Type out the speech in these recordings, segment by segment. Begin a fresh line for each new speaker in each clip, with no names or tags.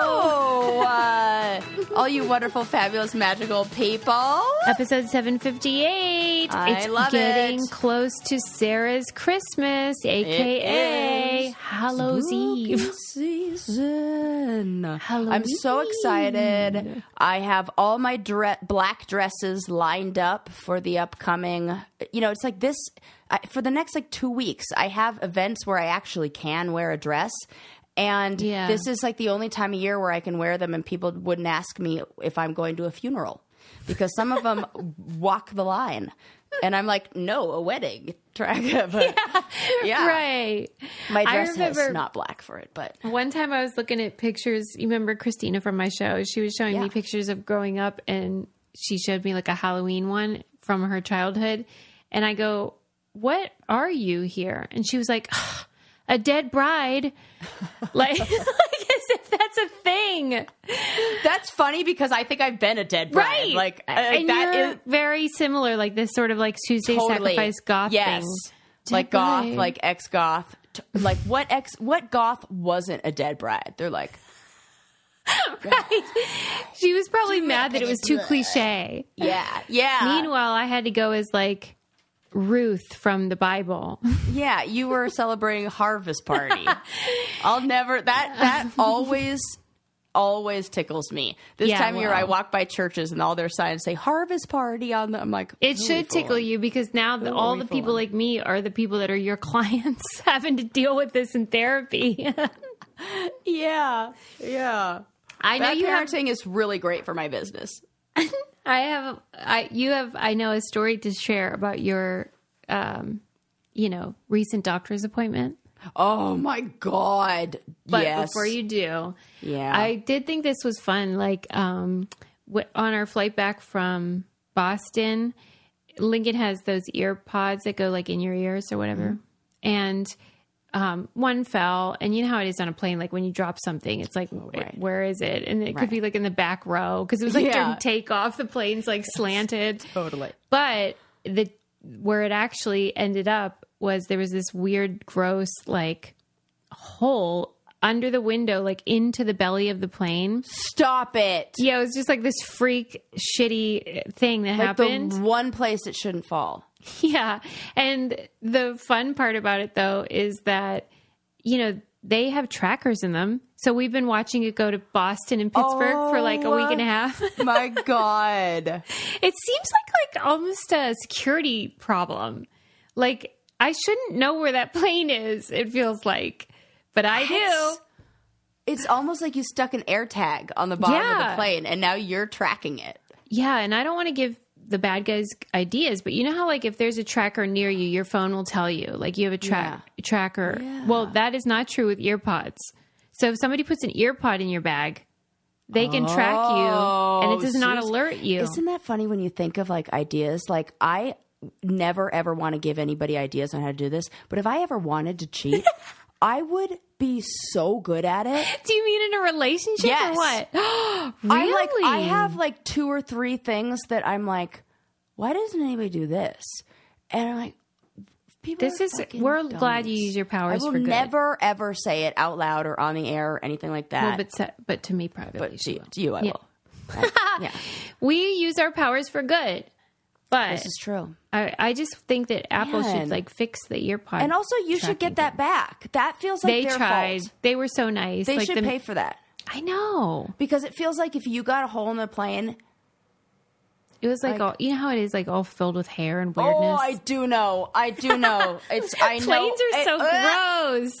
Oh, uh, all you wonderful, fabulous, magical people.
Episode 758.
I
it's
love
getting
it.
close to Sarah's Christmas, aka
is.
Hallows Eve.
season. I'm so
Halloween.
excited. I have all my dre- black dresses lined up for the upcoming. You know, it's like this I, for the next like two weeks. I have events where I actually can wear a dress. And
Yeah.
this is like the only time of year where I can wear them, and people wouldn't ask me if I'm going to a funeral because some of them walk the line. And I'm like, no, a wedding, Draga. But yeah.
Right.
My
I
dress is
remember-
not black for it, but
One time I was looking at pictures. You remember Christina from my show? She was showing
Yeah.
me pictures of growing up and she showed me like a Halloween one from her childhood. And I go, What are you here? And she was like, "Ugh, A dead bride. like, like as if that's a thing.
That's funny because I think I've been a dead bride.
Right.
Like uh,
and
that
you're
is
very similar, like this sort of like Tuesday
totally
sacrifice goth
Yes,
thing.
like
Dead
goth,
bride.
like ex goth. Like what ex? What goth wasn't a dead bride? They're like,
She was probably mad that it Uh. was too cliche.
yeah, yeah.
Meanwhile, I had to go as like Ruth from the Bible.
Yeah, you were celebrating harvest party. I'll never that that always always tickles me. This
Yeah,
time of year I
well.
walk by churches and all their signs say harvest party on them. I'm like,
It
who are we
should tickle
fooling?
you because now the, all
we
the people
fooling?
like me are the people that are your clients having to deal with this in therapy.
Yeah. Yeah.
I know
Bad
you have.
parenting is really great for my business.
I have. I you have. I know a story to share about your, um, you know, recent doctor's appointment.
Oh my god.
But
yes.
before you do,
Yeah.
I did think this was fun. Like um, wh- on our flight back from Boston, Lincoln has those ear pods that go like in your ears or whatever,
Mm-hmm.
and um, one fell. And you know how it is on a plane, like when you drop something, it's like, wh-
right.
where is it? And it
Right.
could be like in the back row because it was like
Yeah.
during takeoff, the plane's like slanted.
totally.
But the where it actually ended up was there was this weird, gross like hole under the window, like into the belly of the plane.
Stop it.
Yeah, it was just like this freak shitty uh, thing that
Like
happened.
the one place it shouldn't fall.
Yeah. And the fun part about it though is that, you know, they have trackers in them. So we've been watching it go to Boston and Pittsburgh for like a week and a half.
My god.
It seems like like almost a security problem. Like I shouldn't know where that plane is. It feels like, but I do.
It's almost like you stuck an air tag on the bottom of the
Yeah.
plane and now you're tracking it.
Yeah, and I don't want to give the bad guys ideas, but you know how like if there's a tracker near you, your phone will tell you like you have a track tracker. Well, that is not true with earpods. So if somebody puts an earpod in your bag, they can track you, and
Oh,
it does not
Susan.
alert you.
Isn't that funny when you think of like ideas? Like I never ever want to give anybody ideas on how to do this, but if I ever wanted to cheat, I would be so good at it.
Do you mean in a relationship
Yes.
or what?
I like I
Really?
have like two or three things that I'm like, why doesn't anybody do this? And I'm like, people.
This
are
is
fucking
we're glad you
dummies.
use your
I
powers
will
for good.
never ever say it out loud or on the air or anything like that.
Well, but se- but to me privately,
but
she
to,
will.
to you, I
Yeah. Ah!
will.
we use our powers for good. But
This is true.
I, I just think that Apple
Man.
should like fix the earpod.
And also, you should get that back. That feels like
they
their
tried.
fault.
They were so nice.
They
like
should
the-
pay for that
I know.
because it feels like if you got a hole in the plane.
It was like,
Like-
all you know how it is like all filled with hair and weirdness.
Oh, I do know. I do know. It's I know. Eh,
Planes are
I-
so
Ugh.
gross.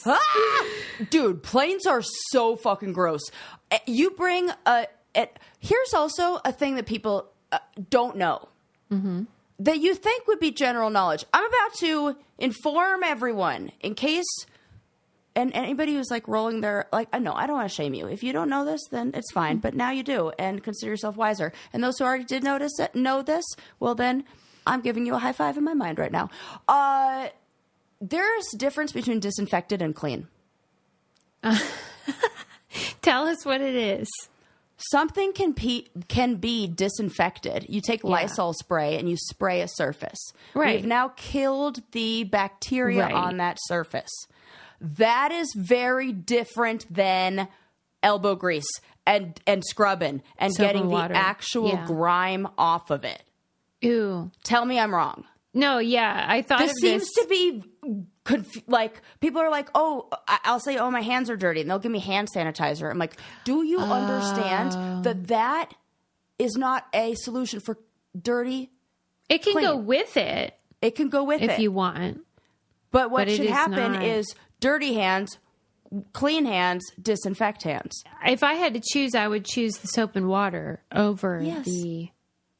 Ah! Dude, planes are so fucking gross. Eh, You bring a. It, here's also a thing that people uh, don't know Mm-hmm. that you think would be general knowledge. I'm about to inform everyone in case. And anybody who's like rolling their like, I know I don't want to shame you. If you don't know this, then it's fine. But now you do, and consider yourself wiser. And those who already did notice it, know this, well then, I'm giving you a high five in my mind right now. Uh, there's a difference between disinfected and clean.
Tell us what it is.
Something can pe- can be disinfected. You take Lysol spray and you spray a surface.
Right.
We've now killed the bacteria
Right.
on that surface. That is very different than elbow grease. and and scrubbing and
Soap
getting
and
the
water.
actual
Yeah.
grime off of it.
Ooh.
Tell me I'm wrong.
No, yeah. I thought
This
of
seems
this.
to be conf- like people are like, "Oh, I- I'll say, "Oh, my hands are dirty." And they'll give me hand sanitizer. I'm like, "Do you
Oh.
understand that that is not a solution for dirty?
it can
clean.
go with it
It can go with
if
it."
you want.
but what
but it
should
is
happen
not.
is dirty hands, clean hands, disinfect hands.
If I had to choose, I would choose the soap and water over
Yes.
the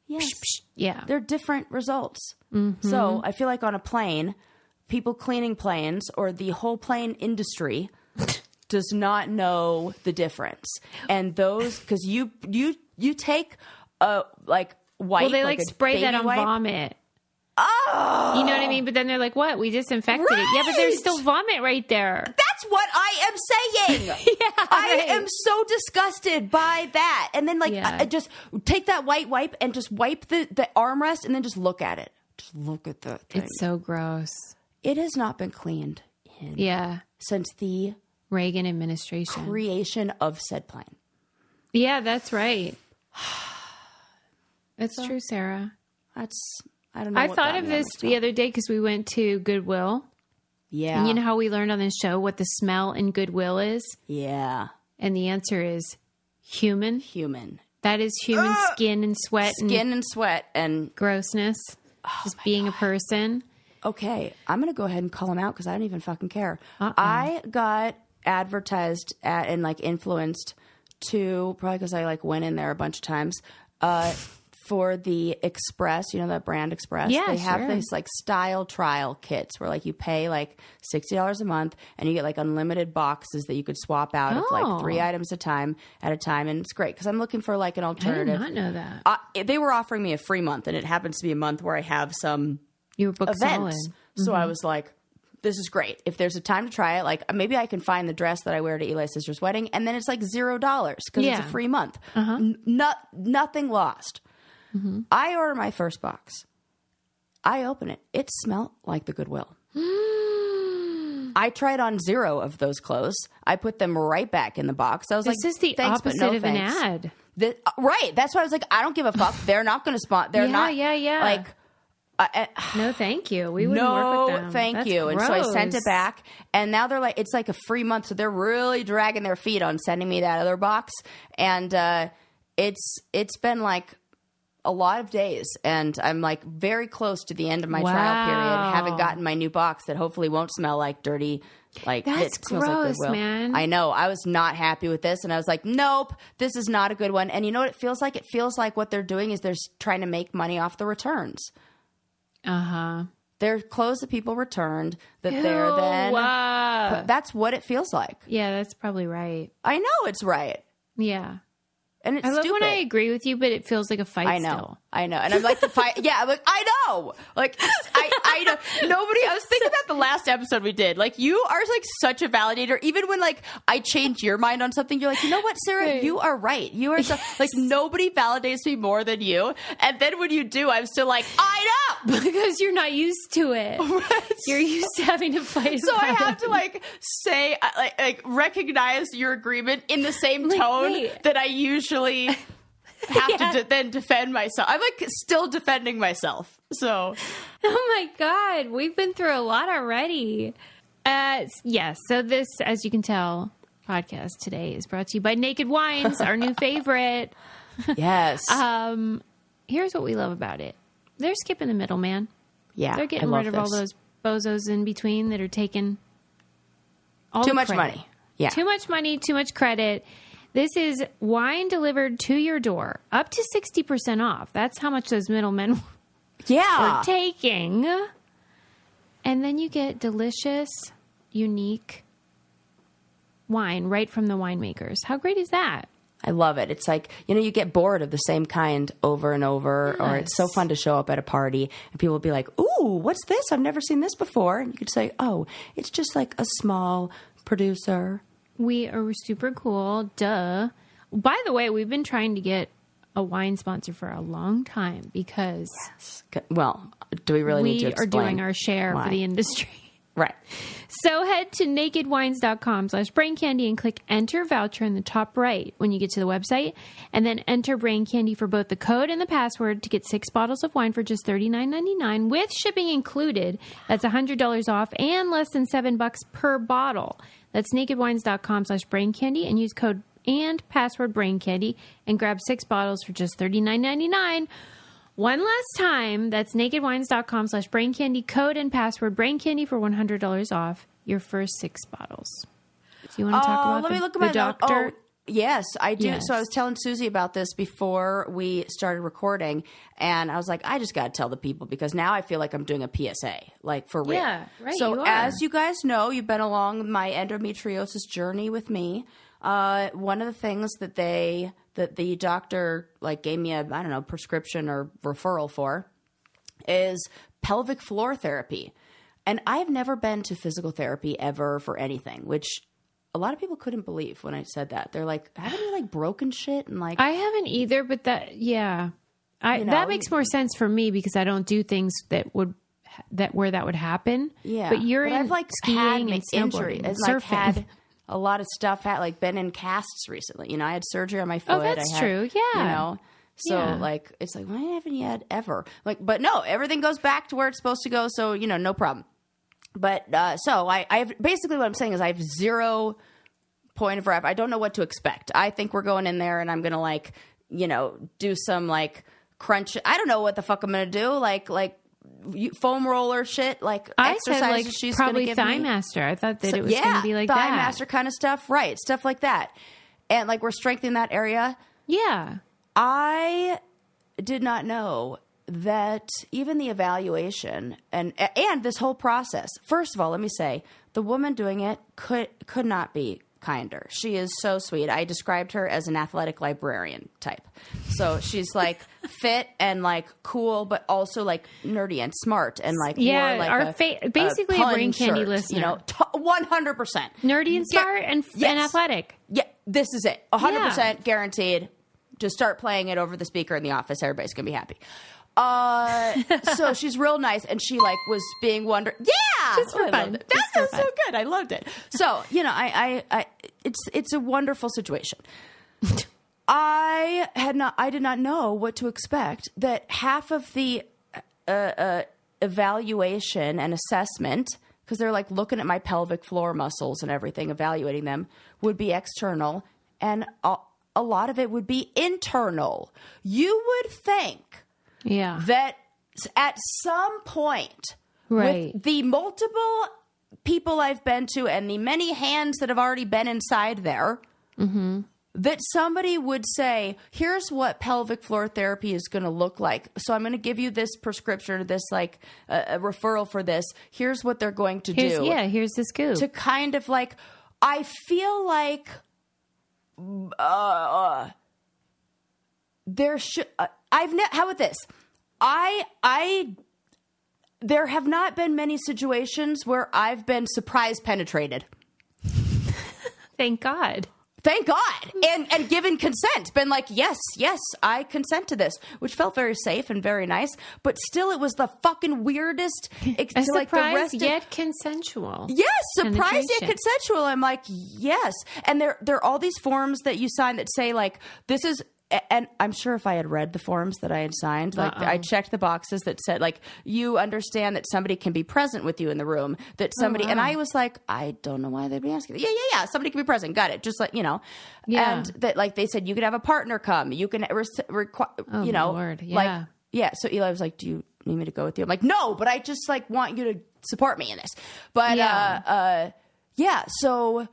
Yes.
yeah.
they're different results.
Mm-hmm.
So I feel like on a plane, people cleaning planes or the whole plane industry does not know the difference. And those because you you you take a like white.
Well, they like,
a
spray that
baby
on
wipe.
vomit.
Oh,
You know what I mean? But then they're like, "What? We disinfected it." Yeah, but
Right!
there's still vomit right there.
that's what I am saying. I
right.
am so disgusted by that. And then like
Yeah.
I, I just take that white wipe and just wipe the the armrest and then just look at it. Just look at that thing.
It's so gross.
it has not been cleaned in
Yeah,
since the
Reagan administration.
creation of said plan.
yeah, that's right. That's true, Sarah.
That's I don't know.
I
what
thought
got
of
me on
this the other day because we went to Goodwill.
Yeah,
And you know how we learned on this show what the smell in Goodwill is?
yeah,
And the answer is human.
human
That is human skin and sweat and
skin and sweat and
grossness. just being a person.
okay. I'm gonna go ahead and call him out because I don't even fucking care.
Uh-uh.
I got advertised at and like influenced to probably because I like went in there a bunch of times. Uh, for the Express, you know that brand Express,
Yeah,
they have
sure.
these like style trial kits where like you pay like sixty dollars a month and you get like unlimited boxes that you could swap out of like
Oh.
three items a time at a time, and it's great because I'm looking for like an
I did
alternative.
not know that.
uh, they were offering me a free month, and it happens to be a month where I have some
You were booked solid. Mm-hmm.
events. So I was like, this is great. If there's a time to try it, like maybe I can find the dress that I wear to Eli's sister's wedding, and then it's like zero dollars because it's
Yeah. Uh-huh.
a free month. N- not, nothing lost.
Mm-hmm.
I order my first box. I open it. It smelled like the Goodwill. I tried on zero of those clothes. I put them right back in the box. I was like,
This is the
"Thanks, but
opposite
no
of
thanks."
an ad.
The, uh, right. That's why I was like, I don't give a fuck. They're not going to spot. They're
Yeah,
not.
yeah, yeah.
Like, uh, I I-
No, thank you. We wouldn't
no,
work with them.
thank
That's
you. And so I sent
gross.
it back, and now they're like, it's like a free month, so they're really dragging their feet on sending me that other box, and uh, it's it's been like a lot of days, and I'm like very close to the end of my trial period,
Wow.
having gotten my new box that hopefully won't smell like dirty. Like
That's
it smells like
gross,
Goodwill.
man.
I know. I was not happy with this, and I was like, "Nope, this is not a good one." And you know what it feels like? It feels like what they're doing is they're s- trying to make money off the returns.
Uh huh.
They're clothes that people returned that they're then.
Wow.
That's what it feels like.
uh, Yeah, that's probably right.
I know it's right,
Yeah.
and it's
I love
stupid.
when I agree with you, but it feels like a fight.
I know, I know, and I'm like, if I, yeah, I'm like I know, like I, I know. Nobody. I was thinking about the last episode we did. Like you are like such a validator. Even when like I change your mind on something, you're like, you know what, Sarah,
Right.
you are right. You are so, like nobody validates me more than you. And then when you do, I'm still like, I know.
Still. Because you're not used to it. You're used to having to fight.
So I
about
have
it.
to like say I- like, like recognize your agreement in the same
Like,
tone
wait.
that I usually have
Yeah.
to de- then defend myself. I'm like still defending myself. So
Oh my God. We've been through a lot already. Uh, yes. so this, as you can tell, podcast today is brought to you by Naked Wines, our new favorite.
yes,
Um, here's what we love about it they're skipping the middleman.
yeah,
They're getting rid of all those bozos in between that are taking all
too
the
much
credit.
money. Yeah,
Too much money, too much credit. This is wine delivered to your door, up to 60% off. That's how much those middlemen
yeah,
were taking. And then you get delicious, unique wine right from the winemakers. How great is that?
I love it. It's like you know you get bored of the same kind over and over, or it's so
Yes.
fun to show up at a party and people will be like, "Ooh, what's this? I've never seen this before," and you could say, "Oh, it's just like a small producer."
We are super cool. Duh. By the way, we've been trying to get a wine sponsor for a long time because
Well, do we really need
we
to
are
explain?
doing our share
why?
for the industry. Right. So head to nakedwines.com slash brain candy and click enter voucher in the top right when you get to the website. And then enter brain candy for both the code and the password to get six bottles of wine for just $39.99 with shipping included. That's $100 off and less than seven bucks per bottle. That's nakedwines.com slash brain candy and use code and password brain candy and grab six bottles for just $39.99. One last time, that's nakedwines.com slash brain candy code and password brain candy for $100 off your first six bottles. Do you want to talk
Uh,
about
let
the,
me look at
the
my note.
doctor?
Oh, yes, I do.
Yes.
So I was telling Susie about this before we started recording, and I was like, I just got to tell the people because now I feel like I'm doing a PSA, like for real.
Yeah, right,
So
you are.
as you guys know, you've been along my endometriosis journey with me. Uh, one of the things that they that the doctor like gave me a I don't know prescription or referral for is pelvic floor therapy. And I've never been to physical therapy ever for anything, which a lot of people couldn't believe when I said that. They're like, haven't you like broken shit? And like,
I haven't either, but that, yeah. I,
know,
that makes more sense for me because I don't do things that would that where that would happen.
yeah.
but you're in
I've like
skiing
had
and
injury.
snowboarding,
It's
surfing.
like had a lot of stuff, had like been in casts recently. You know, I had surgery on my foot. I
Oh, that's
had-
true. Yeah.
You know, so
Yeah.
like, it's like, why haven't you had ever? Like, but no, everything goes back to where it's supposed to go. So, you know, no problem. But uh, so I, I have basically what I'm saying is I have zero point of rep. I don't know what to expect. I think we're going in there and I'm gonna like, you know, do some like crunch. I don't know what the fuck I'm gonna do. Like like you- foam roller shit. Like
I
exercises
said like
she's gonna
probably
give
thigh
me.
master. I thought that it was
yeah,
going to be like
thigh
that.
master kind of stuff. Right, stuff like that. And like we're strengthening that area.
Yeah,
I did not know that even the evaluation and and this whole process. First of all, let me say the woman doing it could could not be kinder. She is so sweet. I described her as an athletic librarian type. So she's like fit and like cool, but also like nerdy and smart and like
Yeah,
wore, like
our
a-
fa- basically a
pun
Brain Candy
shirt,
listener.
You know, one hundred percent
nerdy and smart and,
Yes.
and athletic.
yeah, this is it. 100%
Yeah.
guaranteed. Just start playing it over the speaker in the office. Everybody's going to be happy. Uh, so she's real nice, and she like was being wonder. Yeah,
Just for
Oh, I loved
fun.
it. That
Just for
was so
fun.
good. I loved it. So you know, I, I, I, it's it's a wonderful situation. I had not. I did not know what to expect. That half of the uh, evaluation and assessment because they're like looking at my pelvic floor muscles and everything evaluating them would be external and a, a lot of it would be internal you would think
Yeah,
that s- at some point
Right.
with the multiple people i've been to and the many hands that have already been inside there
Mm-hmm.
that somebody would say, here's what pelvic floor therapy is going to look like. So I'm going to give you this prescription or this like uh, a referral for this. Here's what they're going to
here's,
do.
yeah. Here's the scoop.
To kind of like, I feel like uh, there should uh, I've ne- how about this? I I there have not been many situations where I've been surprise penetrated.
Thank God.
thank god and and given consent been like yes yes i consent to this which felt very safe and very nice but still it was the fucking weirdest ex-
A
to, like the
surprise
rest of-
yet consensual.
Yes, surprise yet
Penetration.
consensual. I'm like, yes. And there there are all these forms that you sign that say like this is a- and I'm sure if I had read the forms that I had signed, like I
Uh-uh.
checked the boxes that said like you understand that somebody can be present with you in the room, that somebody
Oh,
and I was like, I don't know why they'd be asking. Yeah, yeah, yeah, somebody can be present. Got it. Just like, you know.
Yeah.
And that like they said you could have a partner come. You can re- requ- you know,
Oh, Lord, yeah.
like yeah. So Eli was like, "Do you need me to go with you?" I'm like, "No, but I just like want you to support me in this." But
Yeah.
uh, uh, yeah. So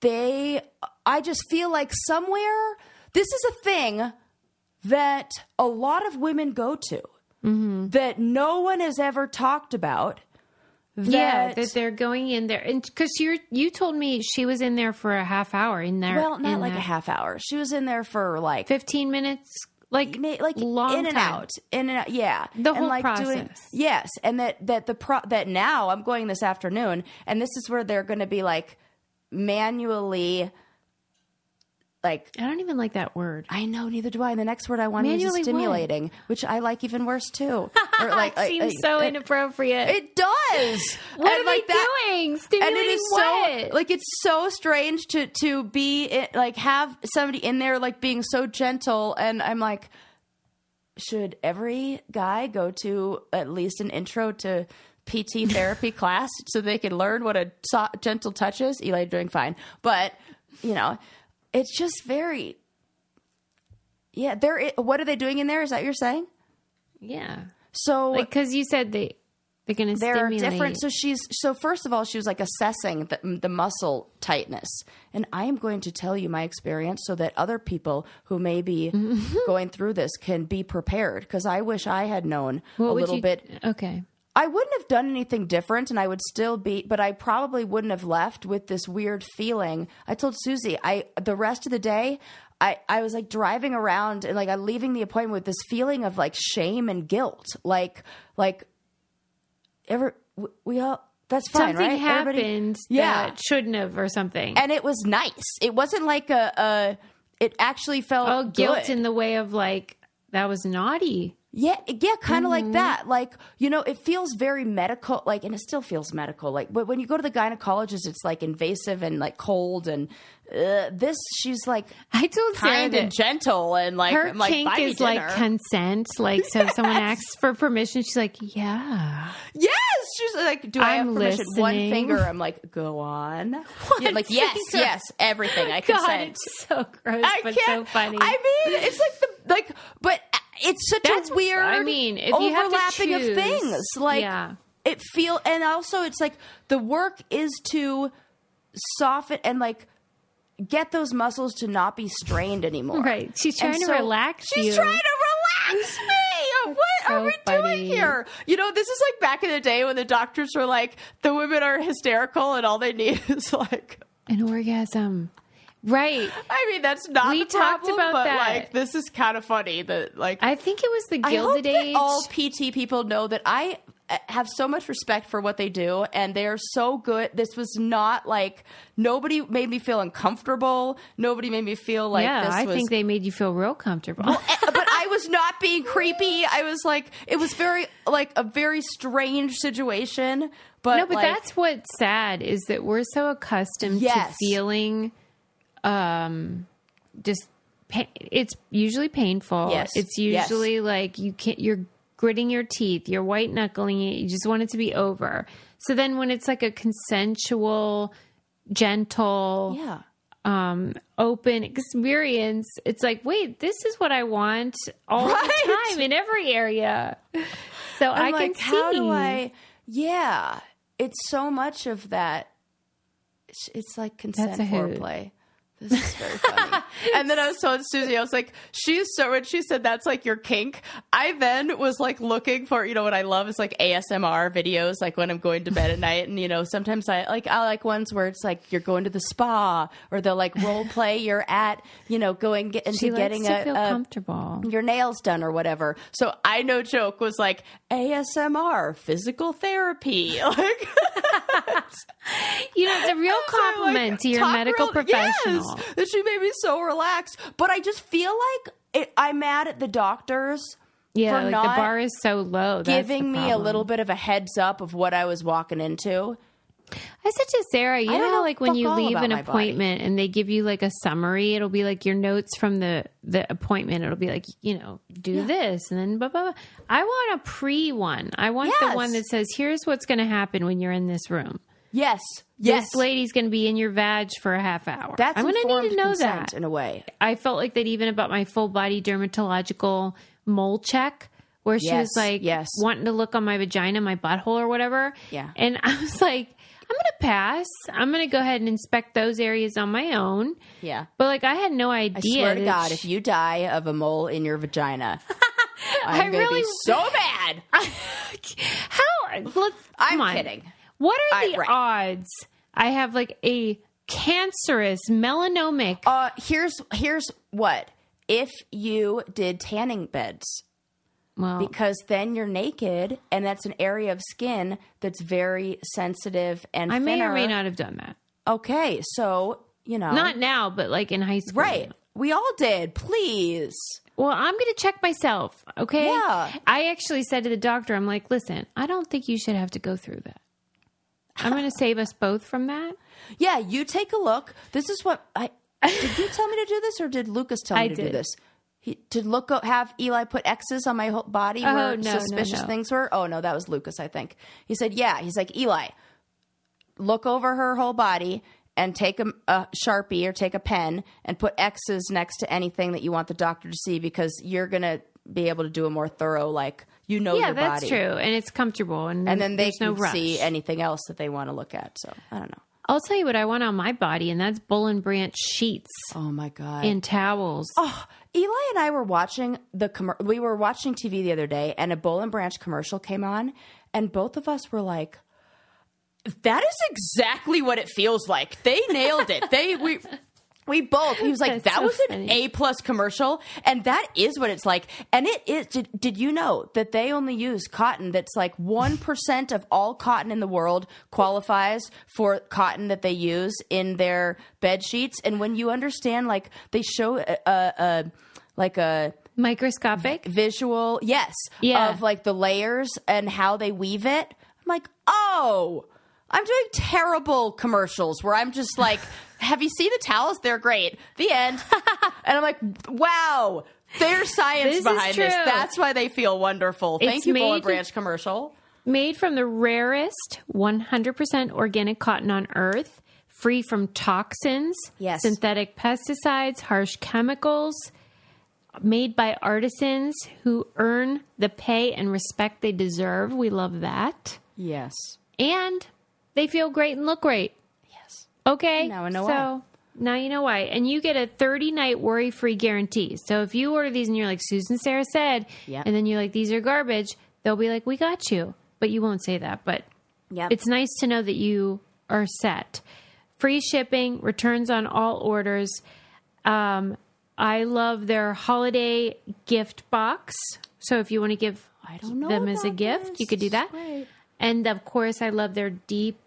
they, I just feel like somewhere this is a thing that a lot of women go to
Mm-hmm.
that no one has ever talked about.
yeah,
that-
that they're going in there, and because you you told me she was in there for a half hour in there.
Well, not
in
like a
that
half hour. She was in there for like
fifteen minutes, like
ma- like
long
in and
time.
out, in and out. Yeah,
The
and
whole
like Doing,
process.
yes, and that that the pro that now I'm going this afternoon, and this is where they're going to be like manually like
I don't even like that word.
I know, neither do I. And the next word I want to use is
Manually what?
stimulating, which I like even worse too. Or like, I-
Seems
I-
so
it,
inappropriate.
it does.
what
And
are
like
they
that-
doing? Stimulating
and it is
what?
so like it's so strange to to be it, like have somebody in there like being so gentle and i'm like should every guy go to at least an intro to pt therapy class so they can learn what a so- gentle touch is eli doing fine but you know it's just very yeah there i- what are they doing in there is that what you're saying
yeah,
so
like because you said they they're going to
there are
stimulate.
different so she's so first of all she was like assessing the, the muscle tightness and i am going to tell you my experience so that other people who may be going through this can be prepared because i wish i had known
What
a
would
little
you-
bit
Okay,
I wouldn't have done anything different and I would still be but I probably wouldn't have left with this weird feeling. I told Susie, I the rest of the day I, I was like driving around and like I'm leaving the appointment with this feeling of like shame and guilt. Like like ever w- we all that's fine,
something
right?
happened
Everybody- yeah.
that shouldn't have or something.
And it was nice. It wasn't like a, a it actually felt
oh, guilt
good.
in the way of like that was naughty.
Yeah, yeah, kind of
Mm-hmm.
like that. Like, you know, it feels very medical, like, and it still feels medical. Like, but when you go to the gynecologist, it's like invasive and like cold. And uh, this, she's like
I told Sarah
kind
that
and gentle and like,
her
I'm like,
kink
"Buy me
is like
dinner."
consent. Like, so if someone asks for permission, she's like, "Yeah,
yes. She's like, do I have
I'm
permission? One
listening.
finger. I'm like, go on. Yeah, like, yes,
finger.
yes, everything. I
God,
consent.
it's so gross,
I
but so
can't.
funny."
I mean, it's like the like, but it's such
That's-
a weird.
I mean, if you have to
overlapping
choose,
of things, like
yeah.
it feel, and also it's like the work is to soften and like get those muscles to not be strained anymore.
Right. She's
And
trying to
so-
relax
She's
you.
trying to relax me. What are
so
we doing
funny.
here? You know, this is like back in the day when the doctors were like, the women are hysterical and all they need is like.
An orgasm. Right.
I mean, that's not.
We
the problem,
talked about
but,
that.
Like, this is kind of funny that like
I think it was the
I hope
Gilded Age.
that all PT people know that I uh, have so much respect for what they do, and they are so good. This was not like nobody made me feel uncomfortable. Nobody made me feel like
yeah,
this
I
was.
think they made you feel real comfortable.
but I was not being creepy. I was like, it was very like a very strange situation. But
no, but
like,
that's what's sad is that we're so accustomed
Yes.
to feeling um just pa- it's usually painful.
Yes.
It's
Yes.
usually like you can't you're gritting your teeth, you're white knuckling it, you just want it to be over. So then when it's like a consensual, gentle,
yeah.
um open experience it's like wait this is what i want all
Right.
the time in every area so i
I'm like,
can
how
see
do I? Yeah, it's so much of that. It's, it's like consent
a hoot.
foreplay. This is very funny. and then I was telling Susie, I was like, she's so. When she said that's like your kink, I then was like looking for you know what I love is like ASMR videos, like when I'm going to bed at night, and you know sometimes I like I like ones where it's like you're going to the spa, or they'll like role play you're at, you know, going get, into
she likes
getting
to
a,
feel
a
comfortable
your nails done or whatever. So I no joke was like ASMR, physical therapy. Like
you know it's a real compliment to your
talk
medical
real-
professional
Yes, that she made me so relaxed. But I just feel like it, I'm mad at the doctors
yeah
for
like
not
the bar is so low That's the
giving me a
problem.
little bit of a heads up of what I was walking into.
i said to sarah you
I
know
don't
how
know
like when
fuck
you
all
leave
about
an
my body.
appointment and they give you like a summary it'll be like your notes from the the appointment it'll be like you know do this and then blah blah blah i want a pre one i want
Yes.
the one that says here's what's going to happen when you're in this room
Yes. Yes.
this lady's going to be in your vag for a half hour.
That's
I'm going to
informed
need to know
consent
that.
in a way.
I felt like that even about my full body dermatological mole check, where she
Yes,
was like,
yes.
wanting to look on my vagina, my butthole, or whatever.
Yeah.
and I was like, I'm going to pass. I'm going to go ahead and inspect those areas on my own.
Yeah.
But like, I had no idea.
I swear to
that
God,
she-
if you die of a mole in your vagina, I'm
I
gonna
really-
be so mad.
how? Let's,
I'm
come on.
kidding.
What are
I-
the
right.
odds? I have like a cancerous melanomic.
Uh, here's here's what if you did tanning beds
well,
because then you're naked and that's an area of skin that's very sensitive and
I may or
thinner.
may not have done that.
Okay, so you know,
Not now, but like in high school.
right. We all did. Please.
Well, I'm going to check myself. Okay.
Yeah.
I actually said to the doctor, I'm like, listen, I don't think you should have to go through that. I'm going to save us both from that.
Yeah, you take a look. This is what I did. You tell me to do this, or did Lucas tell me
I
to do
did.
this? He, did look have Eli put X's on my whole body
Oh,
where
no, no,
suspicious
no.
things were? Oh no, that was Lucas. I think he said, "Yeah." He's like, "Eli, look over her whole body and take a, a sharpie or take a pen and put X's next to anything that you want the doctor to see because you're gonna be able to do a more thorough, like you know
yeah,
your
that's
body."
true. And it's comfortable. And,
And then they
there's no
can
rush.
see anything else that they want to look at. So I don't know.
I'll tell you what I want on my body, and that's Bull and Branch sheets
Oh my god!
and towels.
Oh, Eli and I were watching the com- we were watching TV the other day, and a Bowl and Branch commercial came on, and both of us were like, "That is exactly what it feels like." They nailed it. they we. We both. He was like,
That's
"That
so
was an
funny.
A plus commercial, and that is what it's like." And it is. Did, did you know that they only use cotton that's like one percent of all cotton in the world qualifies for cotton that they use in their bed sheets? And when you understand, like they show a, a, a like a
Microscopic.
visual, yes,
Yeah.
of like the layers and how they weave it. I'm like, oh, I'm doing terrible commercials where I'm just like, have you seen the towels? They're great. The end. and I'm like, wow, there's science
This is
behind this.
true.
That's why they feel wonderful. Thank
It's
you, Bowl and
made-
Branch commercial.
Made from the rarest 100% organic cotton on earth, free from toxins,
Yes.
synthetic pesticides, harsh chemicals, made by artisans who earn the pay and respect they deserve. We love that.
Yes.
And they feel great and look great.
Yes.
Okay.
Now I know
so,
why.
Now you know why. And you get a 30 night worry free guarantee. So if you order these and you're like, Susan Sarah said,
Yeah.
and then you're like, these are garbage, they'll be like, we got you. But you won't say that. But
Yeah.
it's nice to know that you are set. Free shipping, returns on all orders. Um, I love their holiday gift box. So if you want to give
I don't know
them as a
about
gift,
this.
you could do
This is
that.
great.
And of course, I love their deep.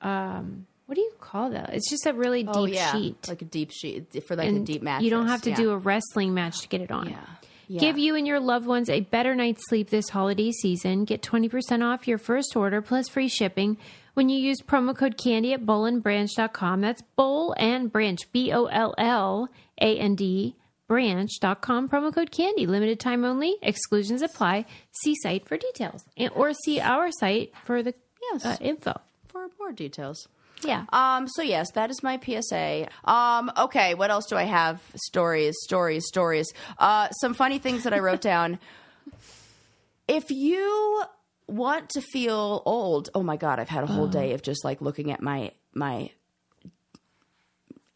Um, what do you call that? It's just a really deep
Oh yeah,
sheet.
like a deep sheet for like a
And
deep mattress.
You don't have to do a wrestling match to get it on.
Yeah. Yeah.
Give you and your loved ones a better night's sleep this holiday season. Get 20% off your first order plus free shipping when you use promo code CANDY at bowlandbranch.com. That's bowl and branch, B O L L A N D branch.com. Promo code CANDY. Limited time only. Exclusions apply. See site for details and, or see our site for the
Yes.
uh, info.
for more details.
Yeah.
Um, so yes, that is my PSA. Um, okay, what else do I have? Stories, stories, stories. Uh, some funny things that I wrote down. If you want to feel old, oh my god, I've had a whole
Uh-huh.
day of just like looking at my my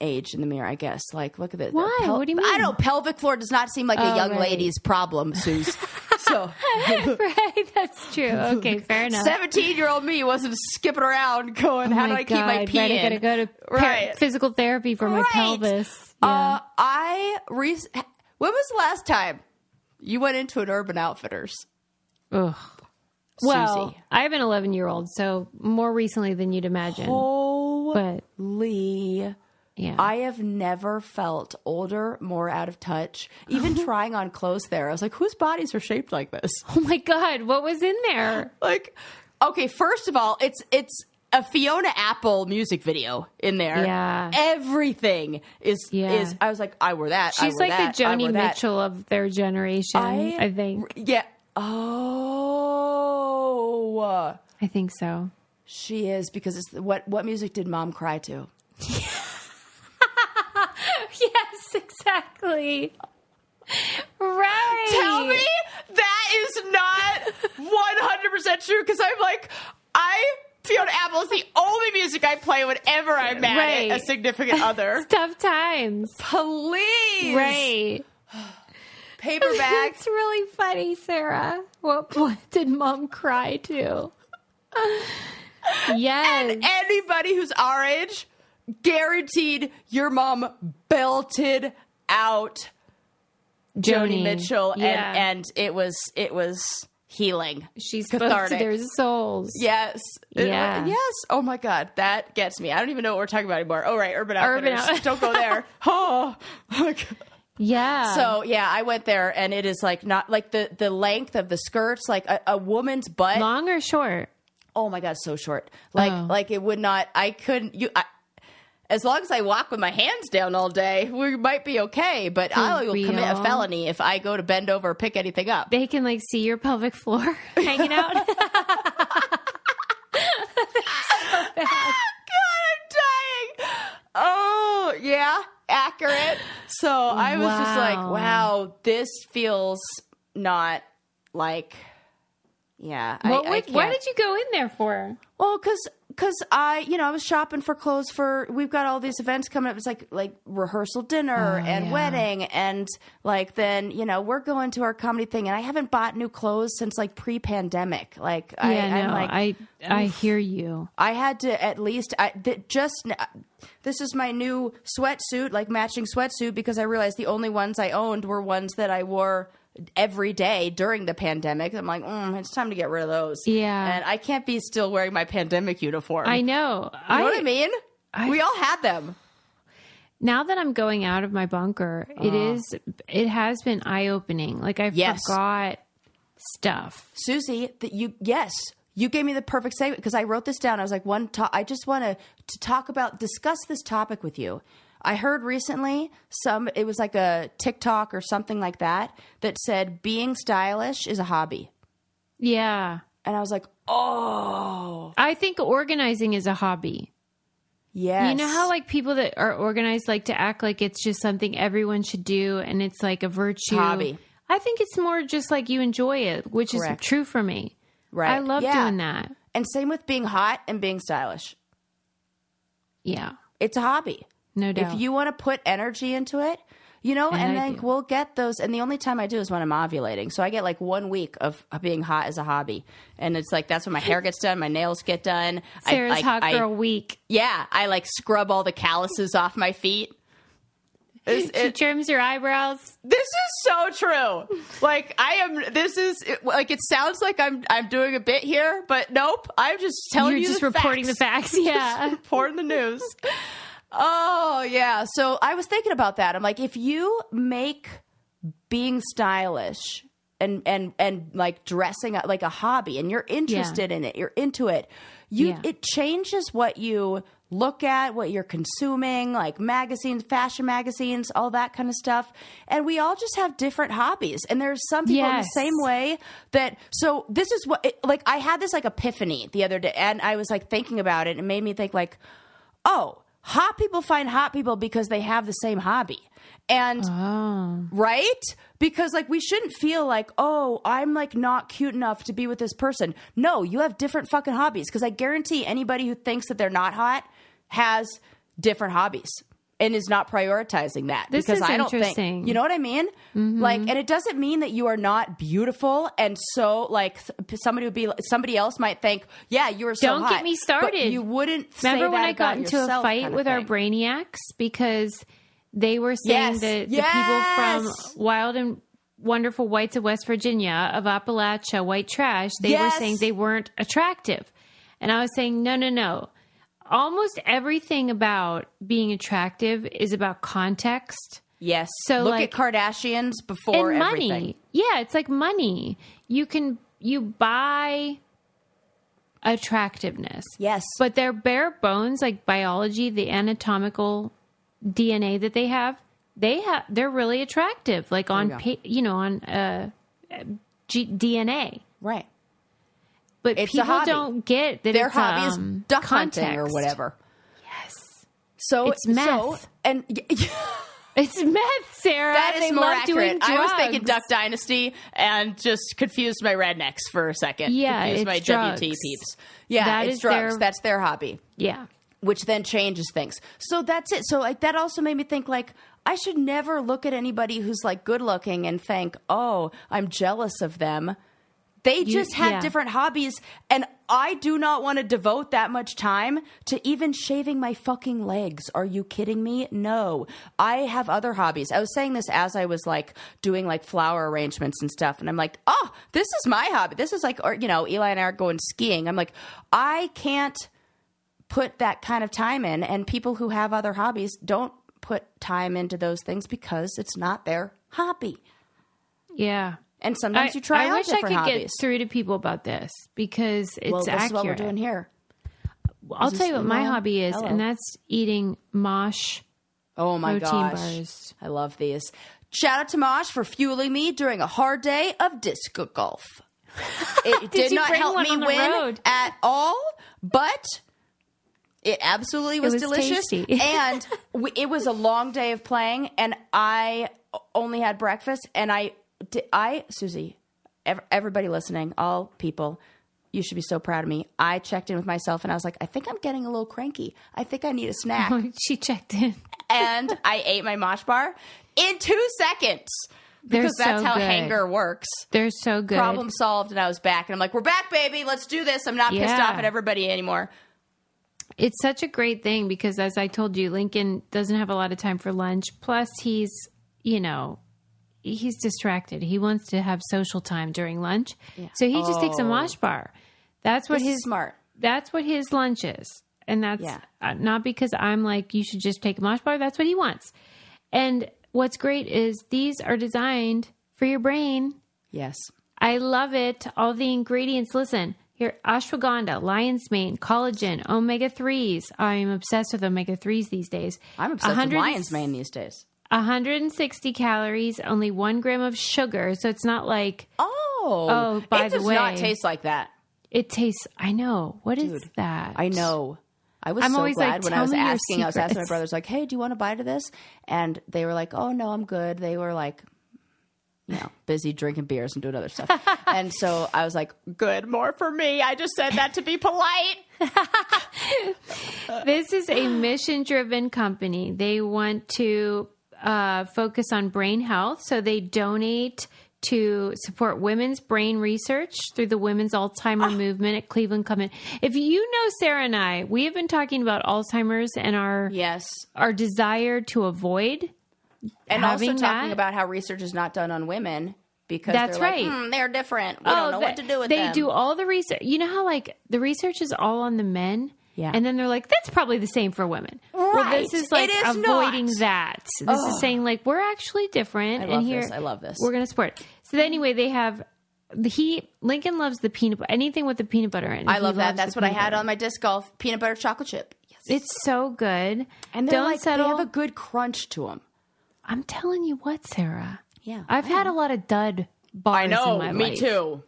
age in the mirror. I guess like look at this.
Why? What do you
I
mean?
don't. Pelvic floor does not seem like a
Oh,
young
right.
lady's problem, Suze. so.
right. That's true. Okay. Fair enough.
17 year old me wasn't skipping around going,
Oh
How do I keep my pee
right, I
in?
gotta go to par-
Right.
physical therapy for my
Right.
pelvis.
Uh, I re- when was the last time you went into an Urban Outfitters?
Ugh. Well,
Susie.
I have an 11 year old, so more recently than you'd imagine.
Holy!
but yeah,
I have never felt older, more out of touch. Even trying on clothes there, I was like, whose bodies are shaped like this?
oh my god, what was in there?
Like, okay, first of all, it's it's a Fiona Apple music video in there.
Yeah.
everything is
Yeah.
is. I was like, I wore that. I
She's
wore
like
that,
the
I wore
Joni
that.
Mitchell of their generation. I, think.
Yeah. Oh.
I think so.
She is because it's what what music did mom cry to?
Yes, exactly. Right.
Tell me that is not 100% true because I'm like I Fiona Apple is the only music I play whenever I'm mad at
Right.
a significant other.
Tough times.
Please.
Right.
Paper bags.
That's really funny, Sarah. What what did mom cry to? yes.
Anybody who's our age, guaranteed your mom belted out Joni Mitchell,
Yeah.
and and it was it was healing.
She spoke
Cathartic.
to their souls.
Yes. It-
Yeah.
yes. Oh my God. That gets me. I don't even know what we're talking about anymore. All right. Urban
Urban
Outfitters.
Out-
don't go there. oh. Like-
Yeah.
so yeah, I went there and it is like not like the, the length of the skirts, like a, a woman's butt.
long or short?
Oh my God. So short. Like,
Oh.
like it would not, I couldn't, you, I, as long as I walk with my hands down all day, we might be okay. But I will commit a
real?
felony if I go to bend over or pick anything up.
They can like see your pelvic floor hanging out.
God, I'm dying. Oh, yeah, accurate. So I was just like,
Wow.
wow, this feels not like, yeah. I-
what,
I,
would-
can't.
what did you go in there for?
Well, cause, cause I, you know, I was shopping for clothes for. We've got all these events coming up. It's like like rehearsal dinner
Oh,
and
yeah.
wedding, and like then you know we're going to our comedy thing, and I haven't bought new clothes since like pre pandemic. Like I,
yeah,
I'm
no,
like
I I hear you.
I had to at least I th- just n- this is my new sweatsuit, like matching sweatsuit, because I realized the only ones I owned were ones that I wore every day during the pandemic. I'm like, mm, it's time to get rid of those.
Yeah.
and I can't be still wearing my pandemic uniform.
I know.
you
I,
know what I mean?
I-
we all had them.
now that I'm going out of my bunker, it is it has been eye opening. Like I
Yes.
forgot stuff.
Susie, that you yes, you gave me the perfect segment because I wrote this down. I was like, one, to- I just want to to talk about discuss this topic with you. I heard recently some it was like a TikTok or something like that that said being stylish is a hobby,
Yeah.
and I was like, oh
I think organizing is a hobby.
yes,
You know how like people that are organized like to act like it's just something everyone should do and it's like a virtue.
Hobby.
I think it's more just like you enjoy it, which
Correct.
is true for me.
Right.
I love
Yeah.
doing that.
and same with being hot and being stylish.
Yeah.
It's a hobby.
No doubt.
If you want to put energy into it, you know, and,
And I
then
do.
we'll get those. And the only time I do is when I'm ovulating. So I get like one week of being hot as a hobby. And it's like that's when my hair gets done, my nails get done. I-
Sarah's
I,
hot
I-
girl week.
Yeah, I like scrub all the calluses off my feet. It's-
She
it-
trims your eyebrows.
this is so true. Like I am. This is it- like it sounds like I'm. I'm doing a bit here, but nope. I'm just telling
You're
you
just
the
reporting
facts.
the facts. Yeah.
pouring the news. Oh yeah. So I was thinking about that. I'm like, if you make being stylish and and and like dressing up like a hobby, and you're interested in it, you're into it. You
Yeah.
it changes what you look at, what you're consuming, like magazines, fashion magazines, all that kind of stuff. And we all just have different hobbies. And there's some people in the
Yes.
same way that so this is what it, like I had this like epiphany the other day and I was like thinking about it and it made me think like oh hot people find hot people because they have the same hobby and
Oh.
right because like we shouldn't feel like oh I'm like not cute enough to be with this person no you have different fucking hobbies because I guarantee anybody who thinks that they're not hot has different hobbies and is not prioritizing that
This
because
is
I don't think
interesting. Mm-hmm.
you know what I mean? Like, and it doesn't mean that you are not beautiful. And so, like, s- somebody would be somebody else might think, "Yeah, you were so
Don't get
hot,"
me
but
started.
you wouldn't.
Remember
say
when
that
I got
about
into a
yourself
fight
kind of
with our
thing.
brainiacs because they were saying
Yes.
that the people
Yes.
from Wild and Wonderful Whites of West Virginia, of Appalachia, white trash, they
Yes.
were saying they weren't attractive. And I was saying, no, no, no. Almost everything about being attractive is about context.
Yes.
So,
look
like-
at Kardashians before
and money.
everything.
Yeah, it's like money. You can you buy attractiveness.
Yes.
But their bare bones, like biology, the anatomical DNA that they have, they have they're really attractive. Like on
go.
pa- you know on uh, G- DNA.
right.
But
It's a
people
hobby.
don't get that
Their
it's,
hobby
um,
is duck hunting or
context.
whatever. Yes. So
It's
So,
meth.
and
It's meth, Sarah.
that is
They
more
love
accurate.
doing
I was thinking Duck
drugs.
Dynasty and just confused my rednecks for a second.
Yeah,
confused
it's
my
drugs.
WT peeps. Yeah,
That
it's
is
drugs.
their-
That's their hobby.
Yeah.
which then changes things. So that's it. So like that also made me think like I should never look at anybody who's like good looking and think, "Oh, I'm jealous of them." They just have
yeah.
different hobbies and I do not want to devote that much time to even shaving my fucking legs. Are you kidding me? No. I have other hobbies. I was saying this as I was like doing like flower arrangements and stuff. And I'm like, oh, this is my hobby. This is like, or, you know, Eli and I are going skiing. I'm like, I can't put that kind of time in. And people who have other hobbies don't put time into those things because it's not their hobby.
Yeah.
And sometimes you try
I
out
wish I could
different
get
hobbies.
through to people about this because it's
well, this
accurate.
is what we're doing here.
I'll tell you what my
email?
hobby is,
Hello.
and that's eating mosh
Oh my
protein
gosh.
bars.
I love these. Shout out to Mosh for fueling me during a hard day of disc golf. It did,
you
not
bring
help
one
me
on the
win
road?
at all, but it absolutely was,
was
delicious.
tasty.
and we, it was a long day of playing, and I only had breakfast. And I, di- I, Susie, ev- everybody listening, all people, you should be so proud of me. I checked in with myself, and I was like, I think I'm getting a little cranky. I think I need a snack
she checked in.
and I ate my mosh bar in two seconds
They're
because that's
so
how
good.
hanger works.
They're so good.
Problem solved, and I was back, and I'm like, "We're back, baby. Let's do this. I'm not pissed
Yeah.
off at everybody anymore."
It's such a great thing because, as I told you, Lincoln doesn't have a lot of time for lunch. Plus, he's, you know, he's distracted. He wants to have social time during lunch. So he just takes a mosh bar. That's what
Oh. This is
his
smart.
that's what his lunch is. And that's
Yeah.
uh, not because I'm like, you should just take a mosh bar. That's what he wants. And what's great is these are designed for your brain.
Yes,
I love it. All the ingredients. Listen, here ashwagandha, lion's mane, collagen, omega 3s. I'm obsessed with omega 3s these days.
I'm obsessed with lion's mane these days.
160 calories, only one gram of sugar. So it's not like
Oh,
Oh, by
it
the
does not
way-
taste like that.
it tastes. I know. What is that?
I know. I was
I'm
so
always
glad
like,
when
"Tell
I was
me your
asking. I was asking my
secrets.
brothers, like, "Hey, do you want a bite of this?" And they were like, "Oh no, I'm good." They were like, you know, busy drinking beers and doing other stuff. and so I was like, "Good, more for me." I just said that to be polite.
This is a mission driven company. They want to uh, focus on brain health. So they donate to support women's brain research through the women's Alzheimer movement at Cleveland Clinic. If you know Sarah and I, we have been talking about Alzheimer's and our
Yes,
our desire to avoid.
and
Having
also talking
that-
about how research is not done on women because
That's
they're
right.
Like, "Hmm, they're different. We don't know what
Oh, the-
to do with
they
them.
do all the research. You know how like the research is all on the men,
Yeah.
and then they're like, that's probably the same for women. Well, this
Right.
is like
It is
avoiding
not.
that. This is saying like we're actually different,
I love
and here
this. I love this.
we're gonna support. So then anyway, they have the he Lincoln loves the peanut bu- anything with the peanut butter in. it.
I
He
love that.
loves the
That's what I
peanut
had
butter.
on my disc golf: peanut butter chocolate chip. Yes.
It's so good.
And they're
don't
like,
settle.
they have a good crunch to them.
I'm telling you what, Sarah.
Yeah,
I've had a lot of dud bars.
I know.
in my
me
life.
too.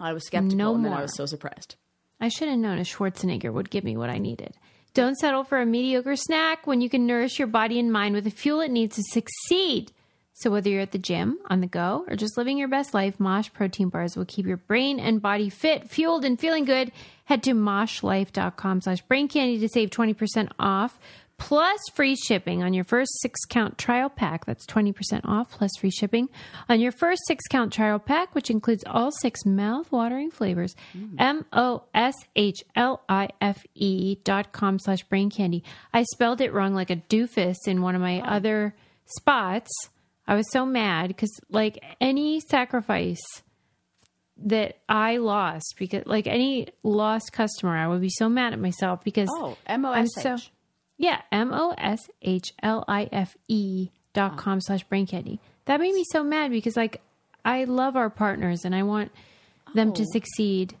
I was skeptical,
No
and then I
more.
was so surprised.
I should have known a Schwarzenegger would give me what I needed. Don't settle for a mediocre snack when you can nourish your body and mind with the fuel it needs to succeed. So, whether you're at the gym, on the go, or just living your best life, Mosh protein bars will keep your brain and body fit, fueled, and feeling good. Head to moshlife.com slash brain candy to save 20% off, plus free shipping on your first six count trial pack. That's 20% off, plus free shipping on your first six count trial pack, which includes all six mouth watering flavors.
Mm.
M O S H L I F E dot com slash brain candy. I spelled it wrong like a doofus in one of my other spots. I was so mad because, like, any sacrifice that I lost, because, like, any lost customer, I would be so mad at myself because
Oh, M O
I'm
S
so,
H.
yeah, M O S H L I F E
Oh.
dot com slash brain candy. That made me so mad because, like, I love our partners and I want them to succeed.
Oh.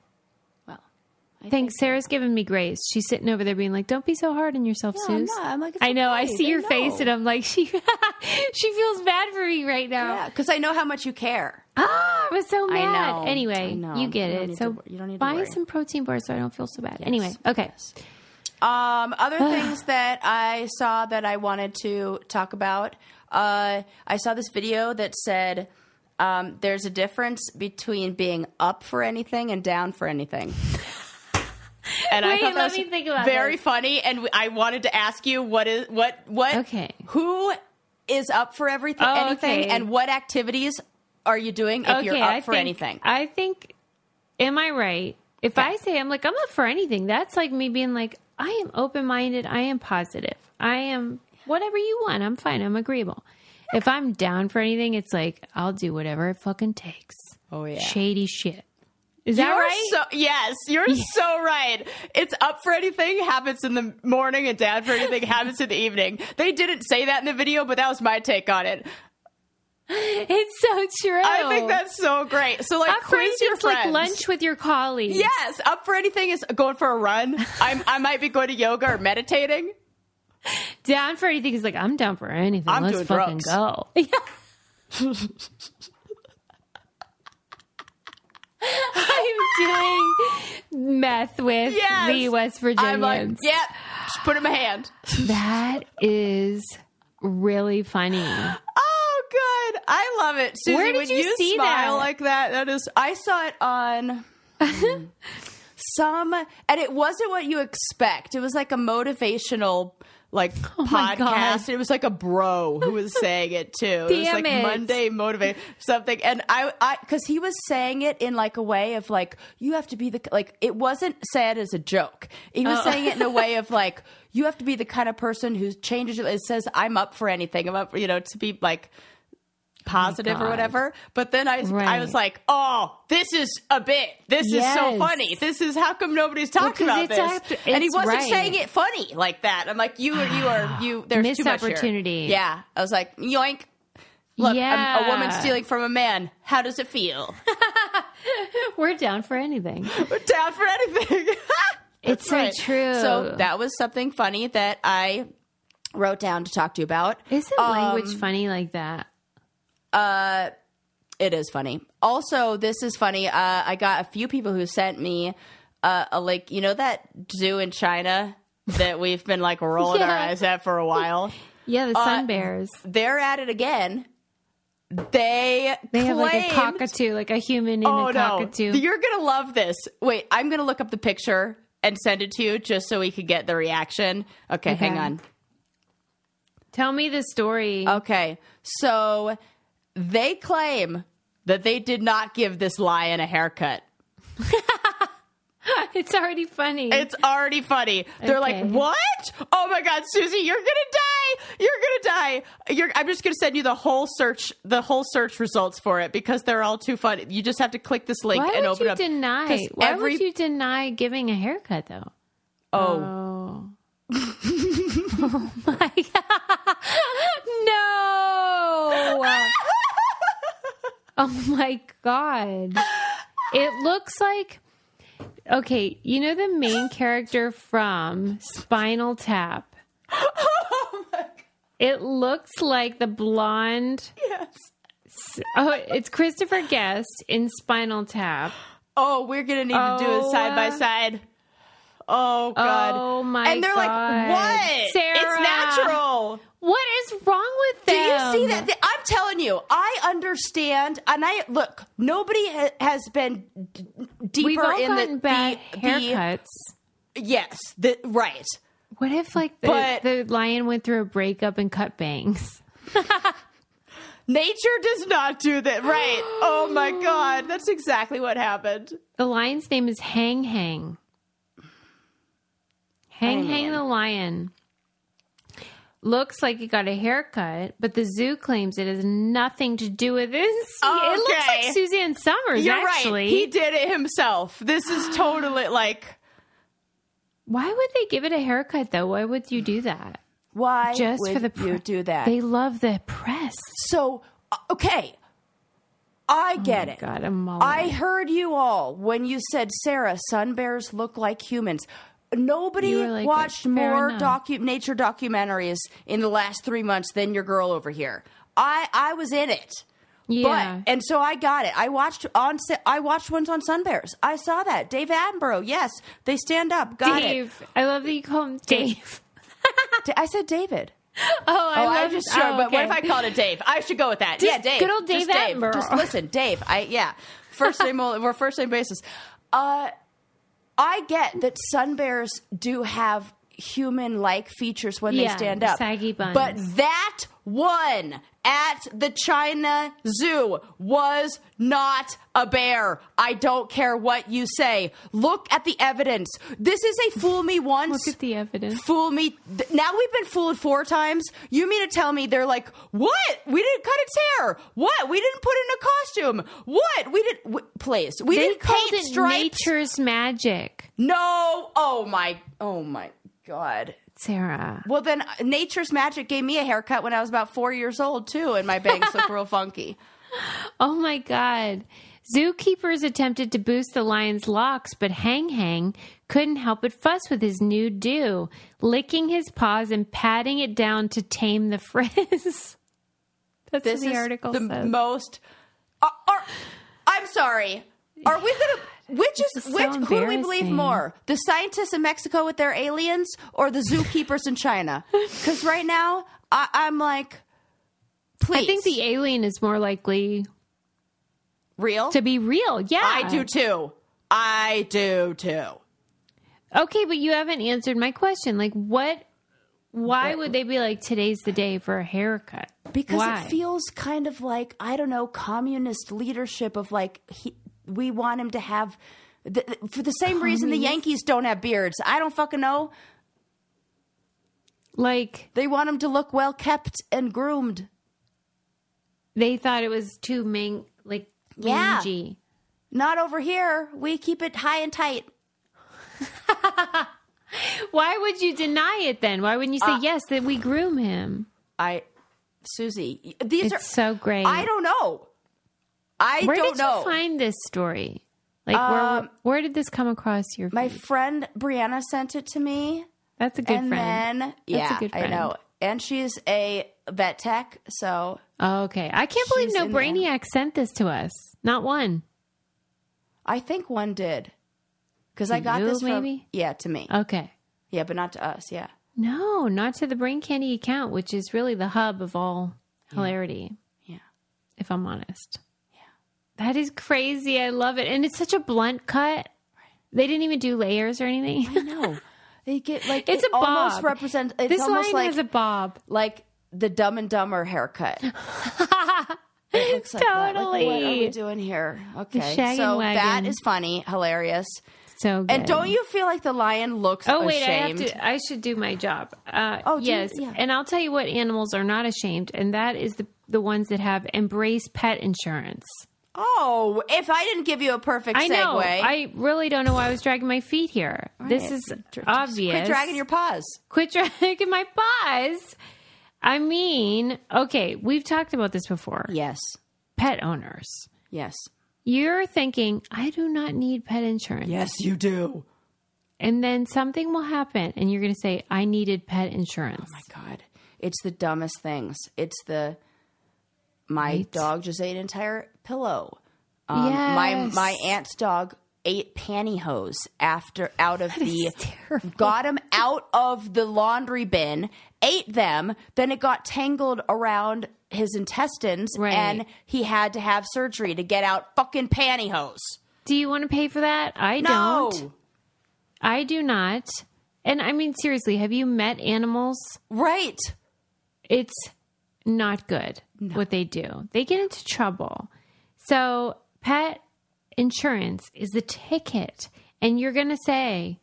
Well,
Thanks. Sarah's giving me grace. She's sitting over there being like, "Don't be so hard on yourself,
No, I'm
Suze."
not. I'm like, it's
I know. I
okay.
see
They
your face,
know.
and I'm like, she she feels bad for me right now.
Yeah, because I know how much you care.
Ah, I was so mad.
know. I
Anyway,
know.
you get
You don't
it.
need
so
to wor- you don't need to
buy
worry.
some protein bars so I don't feel so bad. Anyway, okay.
Um, other things that I saw that I wanted to talk about. Uh, I saw this video that said um, there's a difference between being up for anything and down for anything. And I
Wait,
thought that
let
was
me think about
very
this.
funny, and w- I wanted to ask you what is what what
Okay.
who is up for everything
Oh,
anything
okay.
and what activities are you doing if
okay,
you're up
I
for
think,
anything?
I think am I right If I say I'm like I'm up for anything, that's like me being like I am open minded, I am positive, I am whatever you want. I'm fine. I'm agreeable. If I'm down for anything, it's like I'll do whatever it fucking takes.
Oh, yeah.
shady shit. Is that
you're
right?
so yes, you're so right. It's up for anything happens in the morning and down for anything happens in the evening. They didn't say that in the video, but that was my take on it.
it's so true.
I think that's so great. So like
Oh. Up for
quiz your
instance, like
friends.
lunch with your colleagues.
Yes, up for anything is going for a run. I'm I might be going to yoga or meditating.
down for anything. He's like, I'm down for anything.
I'm
Let's
doing
fucking
drugs.
go. I'm doing meth with
Yes.
the West
I'm like,
Virginians.
yep, just put it in my hand.
That is really funny.
Oh, good. I love it. Susie,
Where did
when
you
you
see
smile
that?
like that, that is I saw it on some and it wasn't what you expect. It was like a motivational like
Oh my God.
podcast. It was like a bro who was saying it too. it was
Damn
like
it.
Monday motivate something. And I I cuz he was saying it in like a way of like you have to be the like it wasn't said as a joke. He was
Oh.
saying it in a way of like you have to be the kind of person who changes it says I'm up for anything. I'm up, you know, to be like positive or
God.
whatever. But then I, I
Right.
was like, oh, this is a bit. This is so
Yes.
funny. This is how come nobody's talking
Because
about
it's
this.
act-
and he
it's
wasn't
right.
saying it funny like that. I'm like, you are, you are, you. There's
Missed
too much here.
opportunity.
Yeah, I was like, yoink. Look,
yeah.
a, a woman stealing from a man. How does it feel?
We're down for anything.
We're down for anything.
It's so
Right.
true.
So that was something funny that I wrote down to talk to you about.
isn't
Um,
language funny like that?
It is funny. Also, this is funny. Uh, I got a few people who sent me uh, a like you know that zoo in China that we've been like rolling our
Yeah.
eyes at for a while.
Yeah, the
uh,
sun bears.
They're at it again. They
They have like a
claimed-
cockatoo, like a human in
Oh
a
no!
cockatoo.
You're gonna love this. Wait, I'm gonna look up the picture and send it to you just so we could get the reaction. okay. hang
Okay.
on.
Tell me the story.
Okay. So they claim that they did not give this lion a haircut.
It's already funny.
It's already funny. They're like,
Okay.
"What? Oh my god, Susie, you're gonna die! You're gonna die! You're, I'm just gonna send you the whole search, the whole search results for it because they're all too funny. You just have to click this link
Why
and
would
open
you
up.
deny?
'cause
Why
every-
would you deny giving a haircut though?
oh,
Oh No. oh my god. It looks like okay, you know the main character from Spinal Tap. It looks like the blonde.
yes.
Oh, it's Christopher Guest in Spinal Tap.
Oh, we're gonna need to do it
Oh,
side by
uh,
side. Oh god.
Oh my
And they're
God.
like, "What?
Sarah.
It's natural."
What is wrong with
Do you
them?
see that? Th- I'm telling you, I understand, and I look. Nobody ha- has been d- deeper
We've all
in
gotten
the
bad
the,
haircuts.
the yes, the, right.
what if like the,
But-
the lion went through a breakup and cut bangs?
Nature does not do that, right? oh my god, that's exactly what happened.
The lion's name is Hang Hang. Hang Hang the lion. Looks like he got a haircut, but the zoo claims it has nothing to do with this. It looks
Okay.
like Suzanne Summers,
You're
actually.
right. He did it himself. This is totally like
Why would they give it a haircut, though? Why would you do that?
why
Just for the
you do that?
They love the press.
so uh, okay, I get it.
Oh God, I'm all
I heard you all when you said Sarah, sun bears look like humans. Nobody
You were like,
watched
"Fair
more
enough."
docu- nature documentaries in the last three months than your girl over here. I I was in it.
yeah.
But and so I got it. I watched on sa- I watched ones on sun bears. I saw that. Dave Attenborough, yes. They stand up. Got it.
Dave. I love that you call him Dave.
Da- I said David.
Oh, I
Oh,
love
I was just sure,
oh,
but what
okay.
if I called it Dave? I should go with that. yeah, Dave.
good old
Just
Dave
Dave.
Attenborough.
Just listen, Dave. I yeah. First name only- we're first name basis. Uh I get that sun bears do have human like features when
Yeah,
they stand up.
saggy buns.
But that one at the China Zoo was not a bear. I don't care what you say. Look at the evidence. This is a fool me once.
Look at the evidence.
Fool me. th- Now we've been fooled four times. You mean to tell me they're like, what? We didn't cut its hair. What? We didn't put it in a costume. What? We didn't. W- place. We
They
didn't
called
paint
it
stripes.
nature's magic,
No. Oh my. Oh my God.
Sarah.
Well, then uh, nature's magic gave me a haircut when I was about four years old too, and my bangs look real funky.
Oh my God. Zookeepers attempted to boost the lion's locks, but Hang Hang couldn't help but fuss with his new do, licking his paws and patting it down to tame the frizz. That's
This
what the
is
article
the
says.
most. Are, are- I'm sorry. Are we gonna? Which is
This is so
which? who do we believe
embarrassing.
more? The scientists in Mexico with their aliens, or the zookeepers in China? Because right now, I, I'm like, please.
I think the alien is more likely
real.
to be real. Yeah.
I do too. I do too.
Okay, but you haven't answered my question. Like, what? Why would they be like, today's the day for a haircut?
because
Why?
it feels kind of like I don't know communist leadership of like he, we want him to have the, for the same reason the Yankees don't have beards. I don't fucking know.
like
They want him to look well kept and groomed.
they thought it was too mang like
Yeah.
mangy.
Not over here. We keep it high and tight.
Why would you deny it then? Why wouldn't you
Uh,
say yes that we groom him?
I, Susie, these
It's
are
so great.
I don't know. I
where
don't
did
know. Um,
you find this story? Like where where did this come across your
My
feed?
friend Brianna sent it to me.
That's a good
and
friend.
then, yeah,
good
I
friend.
know. And she's a vet tech, so
oh, okay. I can't believe
She's
no
in there.
Brainiac sent this to us. Not one.
I think one did. Because I got
you,
this from
maybe? Uh.
yeah to me
Okay.
yeah, but not to us yeah.
No, not to the Brain Candy account, which is really the hub of all hilarity,
Yeah.
if I'm honest. Yeah. That is crazy. I love it. And it's such a blunt cut. They didn't even do layers or anything.
No, they get like
It's
it
a
almost
bob.
represents. It's
this
almost
line
like
has a bob.
like the Dumb and Dumber haircut. It looks like that. Like, what are
Totally.
we doing here? Okay,
shaggin'
so that
wagon.
is funny, hilarious,
So good.
and don't you feel like the lion looks?
Oh wait,
ashamed?
I have to. I should do my job. Uh,
Oh,
oh
do you-
yes,
yeah.
and I'll tell you what animals are not ashamed, and that is the the ones that have embrace pet insurance.
Oh, if I didn't give you a perfect
I
segue,
know. I really don't know why I was dragging my feet here. This is obvious.
quit dragging your paws.
Quit dragging my paws. I mean, okay, we've talked about this before.
Yes,
Pet owners,
yes,
you're thinking, I do not need pet insurance.
yes, you do.
And then something will happen, and you're going to say, I needed pet insurance.
Oh my god it's the dumbest things it's the my dog just ate an entire pillow um, my
Yes.
my aunt's dog ate pantyhose after out of the
terrible.
got them out of the laundry bin ate them then it got tangled around his intestines
Right.
and he had to have surgery to get out fucking pantyhose
Do you want to pay for that? I
no
don't. I do not. And I mean, seriously, have you met animals?
right
It's not good what they do. They get into trouble. So, pet insurance is the ticket. And you're going to say,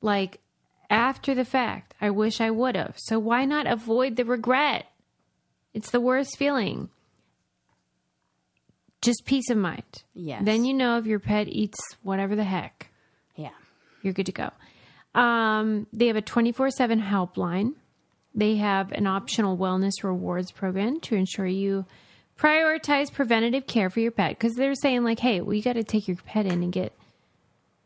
like, after the fact, I wish I would have. So, why not avoid the regret? It's the worst feeling. Just peace of mind.
Yes.
Then you know if your pet eats whatever the heck
yeah
you're good to go. Um, they have a 24 7 helpline. They have an optional wellness rewards program to ensure you prioritize preventative care for your pet because they're saying, like, hey, well, you got to take your pet in and get,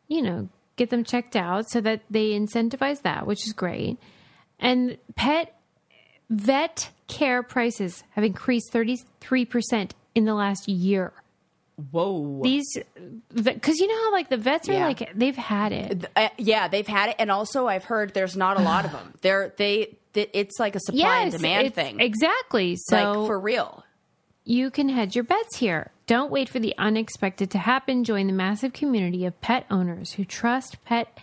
you know, get them checked out so that they incentivize that, which is great. And pet vet care prices have increased 33% in the last year.
whoa
These, because you know how, like, the vets are
Yeah.
like, they've had it.
Th- uh, yeah, they've had it, and also I've heard there's not a lot of them. They're they th- it's like a supply and demand
it's-
thing,
Exactly. So
like for real.
you can hedge your bets here. Don't wait for the unexpected to happen. Join the massive community of pet owners who trust pet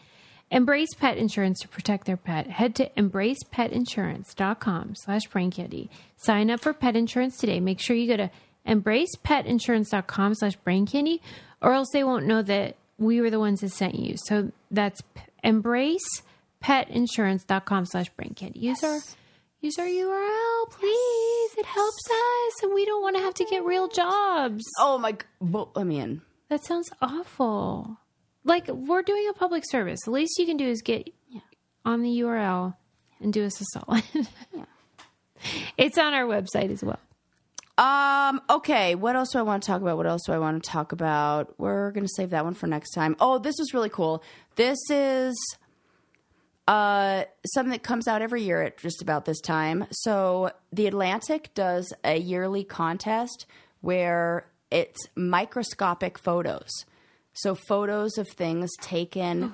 Embrace pet insurance to protect their pet. Head to embracepetinsurance.com slash brainkitty. Sign up for pet insurance today. Make sure you go to embracepetinsurance.com slash brainkitty or else they won't know that we were the ones that sent you. So that's p- embracepetinsurance.com slash brainkitty. Use our Use our URL, please. It helps us, and we don't want to have to get real jobs.
Oh my! g- Well, I mean,
That sounds awful. Like we're doing a public service. The least you can do is get on the URL and do us a solid. It's on our website as well.
um, okay. What else do I want to talk about? What else do I want to talk about? We're gonna save that one for next time. Oh, this is really cool. This is uh something that comes out every year at just about this time. So the Atlantic does a yearly contest where it's microscopic photos. So photos of things taken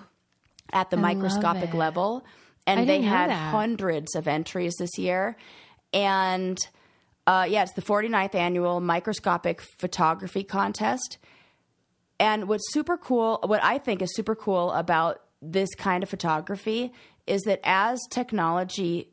at the microscopic
it.
level. And
I
they
didn't know
had
that.
hundreds of entries this year. And uh, yeah, it's the 49th annual microscopic photography contest. And what's super cool, what I think is super cool about this kind of photography is that as technology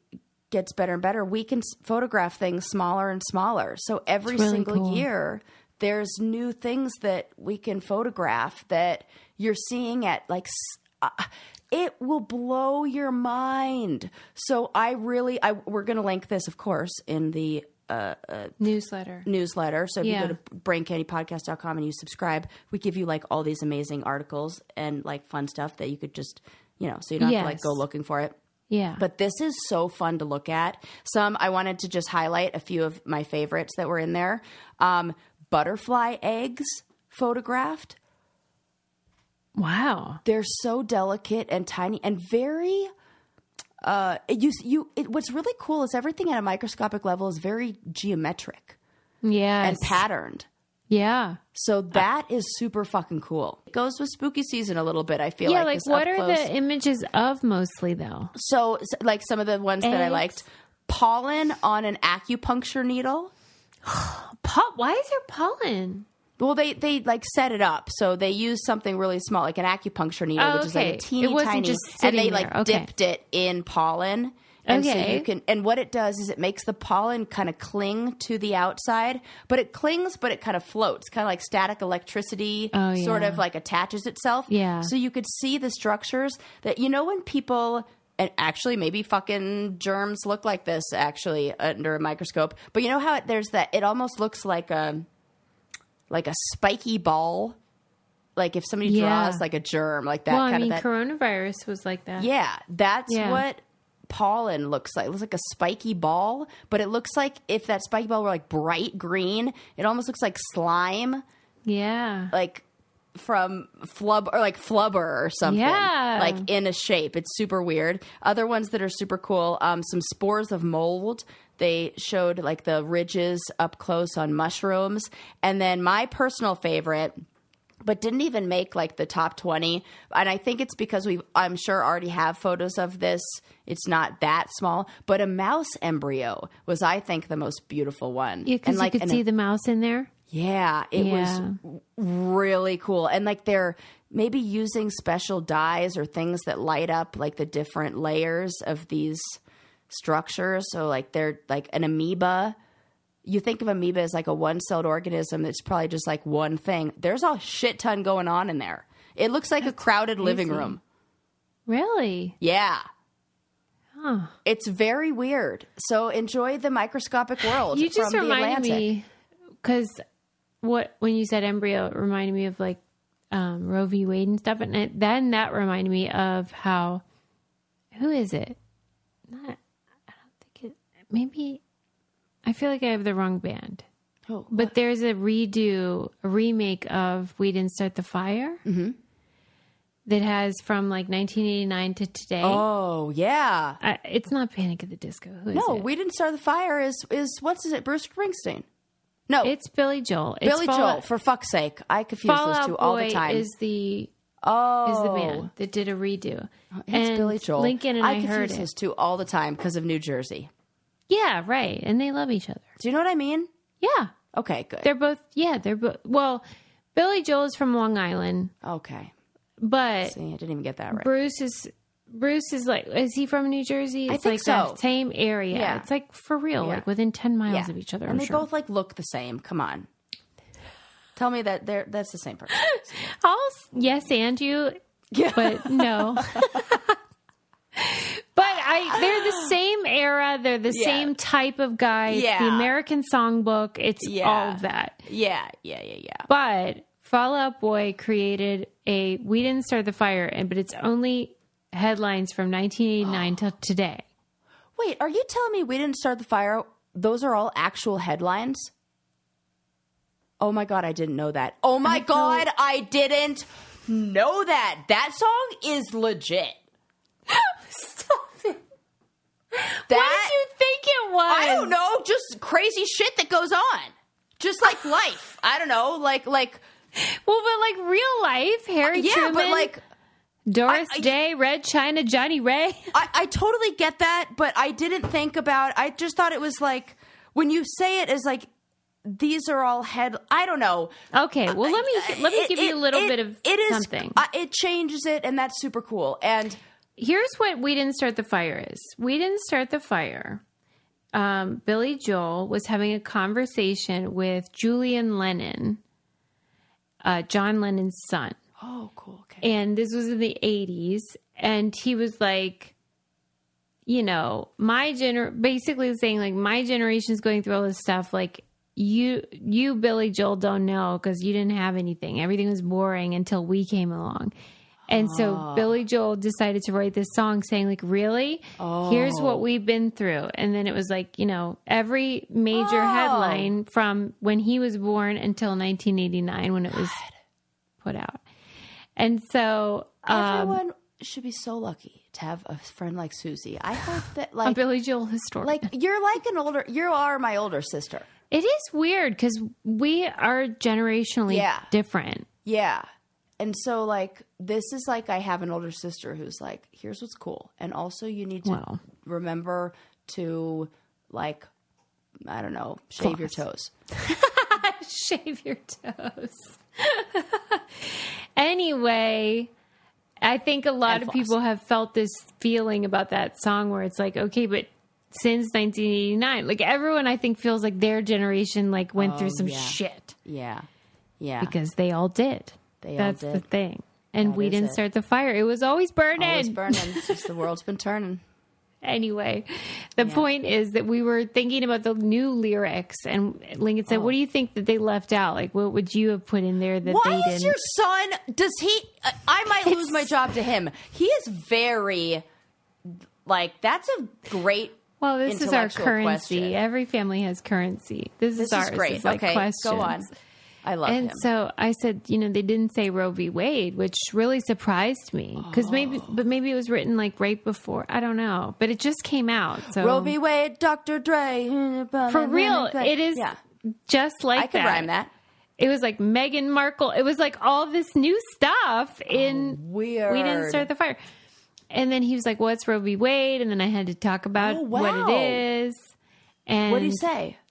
gets better and better, we can s- photograph things smaller and smaller. So every
really
single
cool.
year, there's new things that we can photograph that you're seeing at like. s- Uh, it will blow your mind. So I really, I we're going to link this, of course, in the
Newsletter.
newsletter. So if
Yeah.
you go to braincandypodcast.com and you subscribe, we give you like all these amazing articles and like fun stuff that you could just, you know, so you don't have to like
Yes.
go looking for it.
Yeah.
But this is so fun to look at. Some I wanted to just highlight a few of my favorites that were in there. Um, butterfly eggs photographed.
wow.
They're so delicate and tiny and very uh you you it, what's really cool is everything at a microscopic level is very geometric
Yeah.
and patterned.
yeah.
So that is super fucking cool. It goes with spooky season a little bit. I feel
Yeah.
like,
Like,
this
what
up
are
close.
the images of mostly though?
so s- like some of the ones that I
Eggs.
liked pollen on an acupuncture needle.
Paul, why is there pollen?
Well, they they like set it up so they use something really small, like an acupuncture needle,
Oh,
which is like
okay.
a teeny
It wasn't
tiny,
just
and
sitting
they
there.
like
Okay.
dipped it in pollen. And so
Okay.
you can, and what it does is it makes the pollen kind of cling to the outside, but it clings, but it kind of floats, kind of like static electricity,
Oh,
sort
yeah.
of like attaches itself.
Yeah.
So you could see the structures that you know when people. And actually, maybe fucking germs look like this actually under a microscope. But you know how it, there's that? It almost looks like um, a like a spiky ball. Like if somebody
Yeah.
draws like a germ, like that
Well,
kind
I mean,
of that.
coronavirus was like that.
yeah, that's
Yeah.
what pollen looks like. It looks like a spiky ball, but it looks like if that spiky ball were like bright green, it almost looks like slime,
Yeah.
like from flub or like flubber or something.
Yeah.
Like in a shape. It's super weird. Other ones that are super cool, um, some spores of mold. They showed like the ridges up close on mushrooms. And then my personal favorite but didn't even make like the top 20 and i think it's because we i'm sure already have photos of this it's not that small but a mouse embryo was i think the most beautiful one
Yeah, because
And, like
you
an-
could see the mouse in there.
yeah it was
Yeah.
really cool and like they're maybe using special dyes or things that light up like the different layers of these structures so like they're like an amoeba you think of amoeba as like a one-celled organism that's probably just like one thing there's a shit ton going on in there it looks like a crowded living room
Really?
yeah
Huh.
it's very weird so enjoy the microscopic world
You just
from the
reminded
atlantic
me because what when you said embryo, it reminded me of like um, Roe v. Wade and stuff, and it, then that reminded me of how who is it? Not, I don't think it. Maybe I feel like I have the wrong band.
Oh,
but there's a redo, a remake of "We Didn't Start the Fire"
Mm-hmm.
that has from like 1989 to today.
oh yeah
I, it's not Panic at the Disco. Who is
no
it?
we didn't start the fire is is what's is it bruce springsteen no
It's Billy Joel. It's
Oh. Billy
Fall
Joel,
Out-
for fuck's sake. I confuse
Fall
those
Out
two
Boy
all the time.
is the
oh,
is the band that did a redo.
It's
And
Billy Joel.
Lincoln and I,
confuse
heard it.
those two all the time because of New Jersey.
Yeah, right. And they love each other.
Do you know what I mean?
Yeah,
Okay, good.
they're both. Yeah, they're both. Well, Billy Joel is from Long Island.
okay.
But
See, I didn't even get that right.
Bruce is Bruce is like is he from New Jersey? It's
think
like
so.
the same area.
Yeah.
It's like for real,
Yeah.
like within ten miles
Yeah.
of each other.
and
I'm
they
sure.
both like look the same. Come on, tell me that they're that's the same person.
I'll s- yes and you,
Yeah,
but no. But I, they're the same era. They're the
Yeah.
same type of guy. It's the
Yeah.
American Songbook. It's
Yeah.
all of that.
yeah, yeah, yeah, yeah.
But Fall Out Boy created a "We Didn't Start the Fire," and but it's only headlines from 1989 till today.
Wait, are you telling me we didn't start the fire? Those are all actual headlines? Oh my god, I didn't know that. Oh my god, I didn't know that. That song is legit.
Stop it.
That
what did you think it was?
I don't know, just crazy shit that goes on. Just like life. I don't know, like like
Well, but like real life, Harry
yeah,
Truman,
but like
Doris
I- I-
Day, Red China, Johnny Ray.
I, I totally get that, but I didn't think about. I just thought it was like when you say it is like these are all head. I don't know.
Okay, well let me let me
It-
give you
it-
a little
it-
bit of
it is,
something.
I- it changes it, and that's super cool. And
Here's what We Didn't Start the Fire is. We Didn't Start the Fire. Um, Billy Joel was having a conversation with Julian Lennon, uh, John Lennon's son.
oh, cool. Okay.
and this was in the 80s and he was like you know my gener basically saying like my generation's going through all this stuff like you you billy joel don't know because you didn't have anything everything was boring until we came along and
Ah.
so billy joel decided to write this song saying like really here's
Oh.
what we've been through and then it was like you know every major
Oh.
headline from when he was born until 1989 when it was put out and so um,
Everyone should be so lucky to have a friend like Susie. I hope that
a
like
Billy Joel historian.
like you're like an older. You are my older sister.
it is weird because we are generationally
Yeah.
different.
Yeah. And so like this is like I have an older sister who's like, here's what's cool. And also you need to
Wow.
remember to like I don't know, shave your toes.
Shave your toes. anyway, I think a lot
And
of
floss.
people have felt this feeling about that song where it's like, okay, but since 1989, like everyone I think feels like their generation like went through some
Oh, yeah.
shit
Yeah. Yeah.
because they all did.
They all
That's the
did.
thing. And
That
we
is
didn't
it.
start the fire. It was always burning.
Always burning. It's just the world's been turning.
anyway, the point is that we were thinking about the new lyrics, and Lincoln said, "What do you think that they left out? Like, what would you have put in there that they
Oh. Why
didn't?"
is your son? Does he? I- I might lose my job to him. He is very, like, that's a great.
well, this is our
intellectual
currency.
question.
Every family has currency. This,
This
is ours.
is great.
It's like
okay,
questions.
go on. I love
And
him.
so I said, you know, they didn't say Roe v. Wade, which really surprised me because
Oh.
maybe, but maybe it was written like right before. I don't know, but it just came out. So
Roe v. Wade, Dr. Dre.
for real, it is
Yeah,
just like
I could rhyme that.
It was like Meghan Markle. It was like all this new stuff in
Weird.
We Didn't Start the Fire. And then he was like, What's Roe v. Wade? And then I had to talk about
Oh,
what
wow.
it is. And
What do you say? Oh,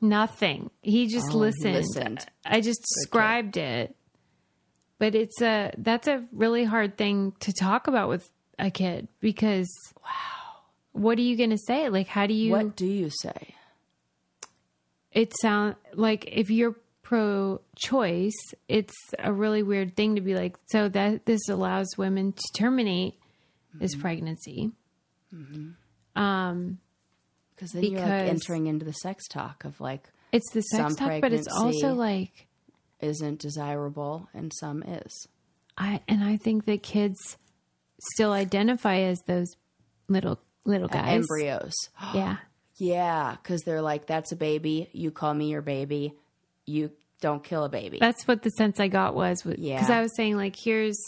nothing. He just listened.
listened.
I just described it. But it's a that's a really hard thing to talk about with a kid because wow. What are you going to say? Like how do you
What do you say?
it sound like if you're pro choice, it's a really weird thing to be like, so that this allows women to terminate
Mm-hmm.
this pregnancy. Um,
Because then you're like
Because-
entering into the sex talk of like
it's the sex
Some
talk, but it's also
pregnancy-
like
isn't desirable and some is.
I and I think that kids still identify as those little little guys.
Embryos.
Yeah.
Yeah, because they're like, that's a baby. You call me your baby. You don't kill a baby.
That's what the sense I got was because
Yeah.
I was saying like here's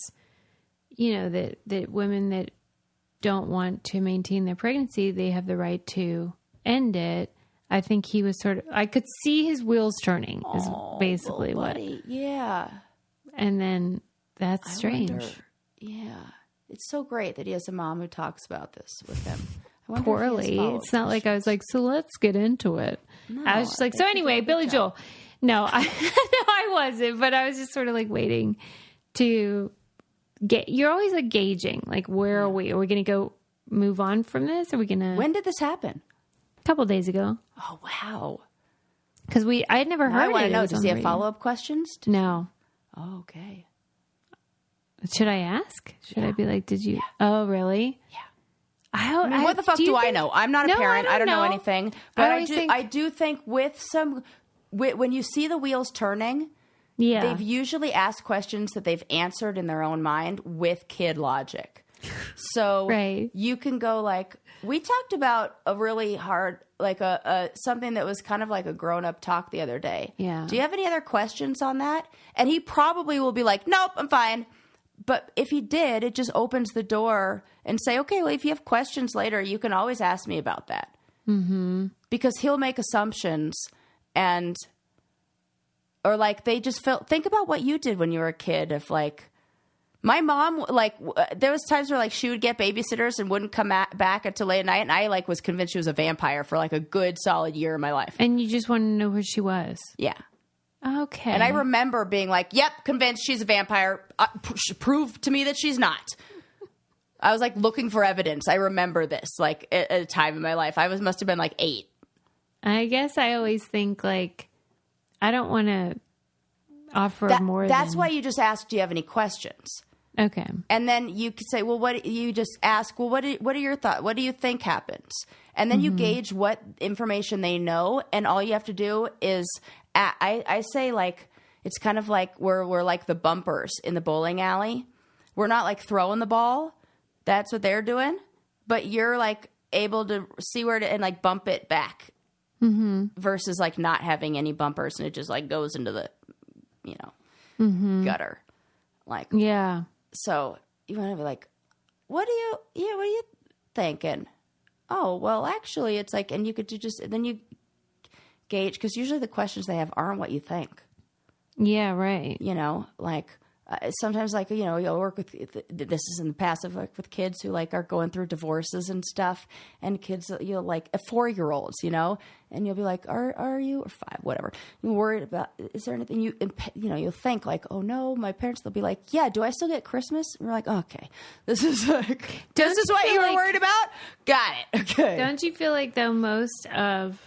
you know that that women that don't want to maintain their pregnancy they have the right to end it. I think he was sort of I could see his wheels turning is basically what
Buddy, yeah.
and then that's
I
strange.
wonder- Yeah. It's so great that he has a mom who talks about this with him. I wonder if he has
Poorly.
follow-up
It's not like I was like, so let's get into it. I was just
I
like,
think you
so
did a
anyway,
good
Billy
job.
Joel. No, I no, I wasn't, but I was just sort of like waiting to ga- you're always like gauging like where are we? Are we going to go move on from this? Are we going to
When did this happen?
a couple days ago?
Oh wow!
Because we I had never heard.
I want
it. It
to know.
was
Does
on
he
the
have
radio.
follow up questions?
No.
Oh, okay.
Should I ask? Should I be like, did you? Oh, really? Yeah. I, don't- I
what the fuck do,
you
I
think-
know? I'm not a
No, I
parent. I don't,
don't
know.
know.
anything.
I
But I,
always
do.
think-
I do think with some, wi- when you see the wheels turning,
Yeah.
they've usually asked questions that they've answered in their own mind with kid logic. So
Right.
you can go like we talked about a really hard like a, a something that was kind of like a grown up talk the other day.
Yeah.
Do you have any other questions on that? And he probably will be like, Nope, I'm fine. But if he did, it just opens the door and say, Okay, well if you have questions later, you can always ask me about that. Mm-hmm. Because he'll make assumptions and or like they just felt think about what you did when you were a kid if like my mom like w- uh, there was times where like she would get babysitters and wouldn't come at, back until late at night and i like was convinced she was a vampire for like a good solid year of my life
and you just want to know where she was.
yeah
Okay.
and i remember being like yep convinced she's a vampire uh, pr- sh- prove to me that she's not i was like looking for evidence i remember this like at, at a time in my life i was must have been like eight
I guess I always think like I don't want to offer
That-
more.
that's
than,
why you just ask do you have any questions
Okay.
and then you could say, well, what you just ask, well, what do- what are your thoughts? What do you think happens? And then you gauge what information they know, and all you have to do is, a- I I say like it's kind of like we're we're like the bumpers in the bowling alley. We're not like throwing the ball. That's what they're doing, but you're like able to see where to and like bump it back, mm-hmm. versus like not having any bumpers and it just like goes into the, you know, gutter. Like
Yeah.
so you want to be like, what do you, yeah, what are you thinking? Oh, well, actually, it's like, and you could do just, then you gauge, because usually the questions they have aren't what you think,
Yeah. Right.
you know, like, uh, sometimes like you know you'll work with th- this is in the past of like with kids who like are going through divorces and stuff and kids uh, you'll like four year olds you know and you'll be like are are you or five whatever you're worried about is there anything you imp- you know you'll think like oh no my parents they'll be like yeah do I still get Christmas and we're like okay this is like this is what
you
you were
like-
worried about got it okay
Don't you feel like though most of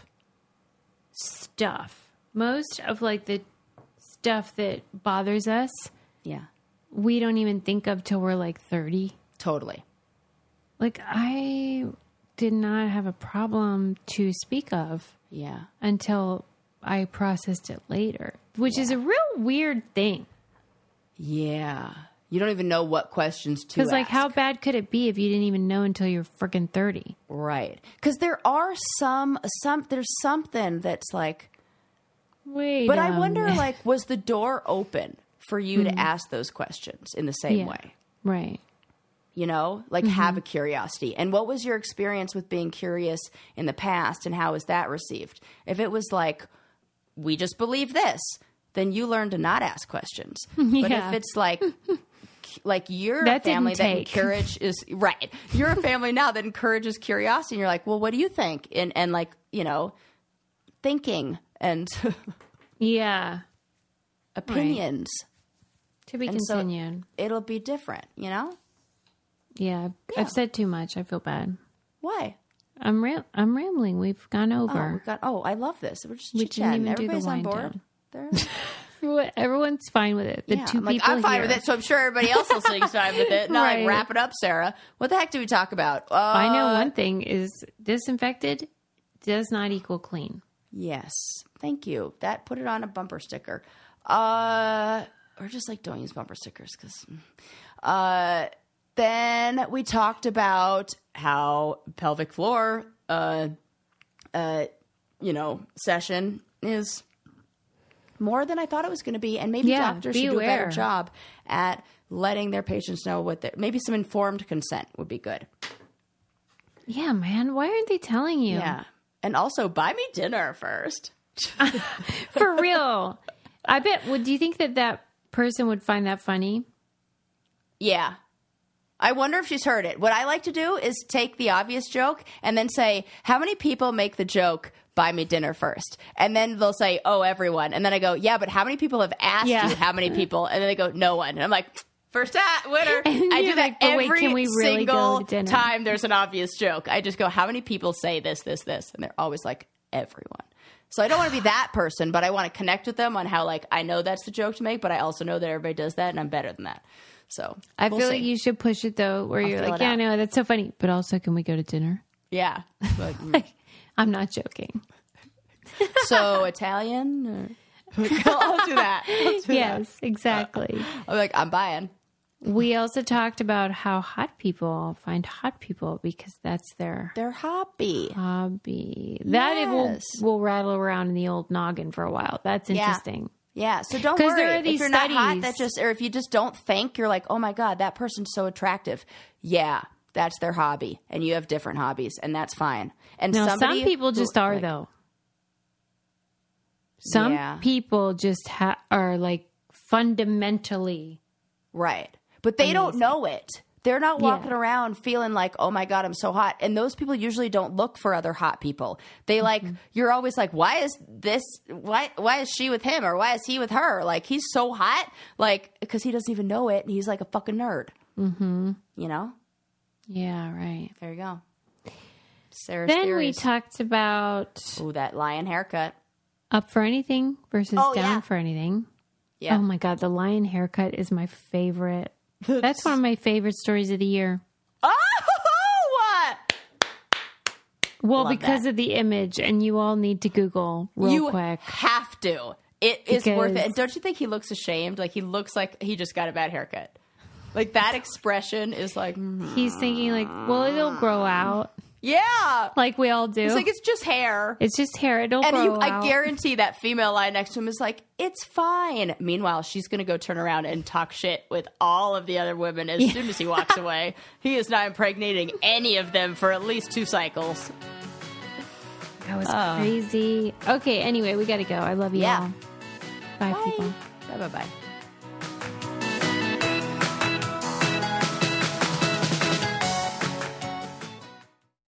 stuff, most of like the stuff that bothers us,
yeah
we don't even think of till we're like thirty.
totally
Like I did not have a problem to speak of
yeah
until I processed it later, which is a real weird thing.
yeah you don't even know what questions to
Because like,
ask.
how bad could it be if you didn't even know until you're freaking thirty?
Right. Because there are some, some, there's something that's like,
Wait, um,
but
a
I wonder,
minute.
like, was the door open for you to ask those questions in the same
Yeah.
way?
right?
You know, like
Mm-hmm.
have a curiosity. And what was your experience with being curious in the past and how was that received? If it was like, we just believe this, then you learn to not ask questions. But
Yeah.
if it's like, like you're
That
a family
didn't
that
take.
encourage is right. You're a family now that encourages curiosity. And you're like, well, what do you think? And and like you know, thinking and
Yeah,
opinions.
to be
And so-
continued.
It'll be different. You know
yeah, I've- I've said too much. I feel bad.
why?
I'm ram- I'm rambling. We've gone
Oh, we
over.
got. Oh, I love this. We're just
We
chit
didn't
chatting.
even do the
Everybody's on
wind
board.
down.
They're,
What- Everyone's fine with it. The
Oh. yeah,
two
I'm like,
people
I'm fine
here.
with it. So I'm sure everybody else listening's fine with it. Not
Right.
like wrap it up, Sarah. What the heck do we talk about? Uh,
I know one thing is disinfected does not equal clean.
Yes. Thank you. That put it on a bumper sticker. Uh or just like don't use bumper stickers cuz uh then we talked about how pelvic floor uh uh you know session is more than I thought it was going to be and maybe
Yeah,
doctors
be
should do a
aware.
better job at letting their patients know what their maybe some informed consent would be good.
Yeah, man. Why aren't they telling you?
Yeah. And also buy me dinner first.
For real. I bet. Would do you think that that person would find that funny?
Yeah. I wonder if she's heard it. What I like to do is take the obvious joke and then say, How many people make the joke, buy me dinner first? And then they'll say, Oh, everyone. And then I go, Yeah, but how many people have asked
Yeah.
you how many people? And then they go, No one. And I'm like, First hat winner.
And
I do
you're
that
like, but wait,
every
can we really
single
go to dinner?
time. There's an obvious joke. I just go, how many people say this, this, this, and they're always like, everyone. So I don't want to be that person, but I want to connect with them on how like I know that's the joke to make, but I also know that everybody does that, and I'm better than that. So
I
we'll
feel
see.
like you should push it though, where you're
feel
like,
it
yeah,
out.
no, that's so funny. But also, can we go to dinner?
yeah. But-
I'm not joking.
so Italian. Or- I'll do that. I'll do that.
Yes, exactly.
I'm like, I'm buying.
we also talked about how hot people find hot people because that's their
They're happy.
hobby. That it will
Yes.
will rattle around in the old noggin for a while. That's
Yeah.
interesting.
Yeah, so don't
'Cause
worry
there are
if
these
you're not hot.
studies-
That just, or if you just don't think, you're like, oh my god, that person's so attractive. Yeah, that's their hobby, and you have different hobbies, and that's fine. And
Now
somebody
some people
who-
just are
like,
though. Some
Yeah.
people just ha- are like fundamentally
right, but they don't know it. They're not walking around feeling like, oh my god, I'm so hot. And those people usually don't look for other hot people. They like,
Mm-hmm.
you're always like, why is this? Why why is she with him, or why is he with her? Like he's so hot, like because he doesn't even know it, and he's like a fucking nerd. Mm-hmm. You know.
yeah, right.
There you go. Sarah's
Then we
theories.
talked about
Ooh, that lion haircut.
up for anything versus
Oh,
down
yeah.
for anything.
Yeah.
Oh my god, the lion haircut is my favorite. That's one of my favorite stories of the year.
Oh,
Well,
Love
because of the image, and you all need to Google real
you
quick.
have to. It is worth it.
Because-
And don't you think he looks ashamed? Like he looks like he just got a bad haircut. Like that expression is like, mm,
He's thinking like, well, it'll grow out,
yeah.
like we all do.
It's like it's just hair.
It's just hair; it'll
and
grow
you, I
out.
guarantee that female line next to him is like, "It's fine." Meanwhile, she's going to go turn around and talk shit with all of the other women as soon as he walks away. He is not impregnating any of them for at least two cycles.
that was crazy. Okay, anyway, we gotta go. I love you
Yeah.
all. Bye, people.
Bye bye bye.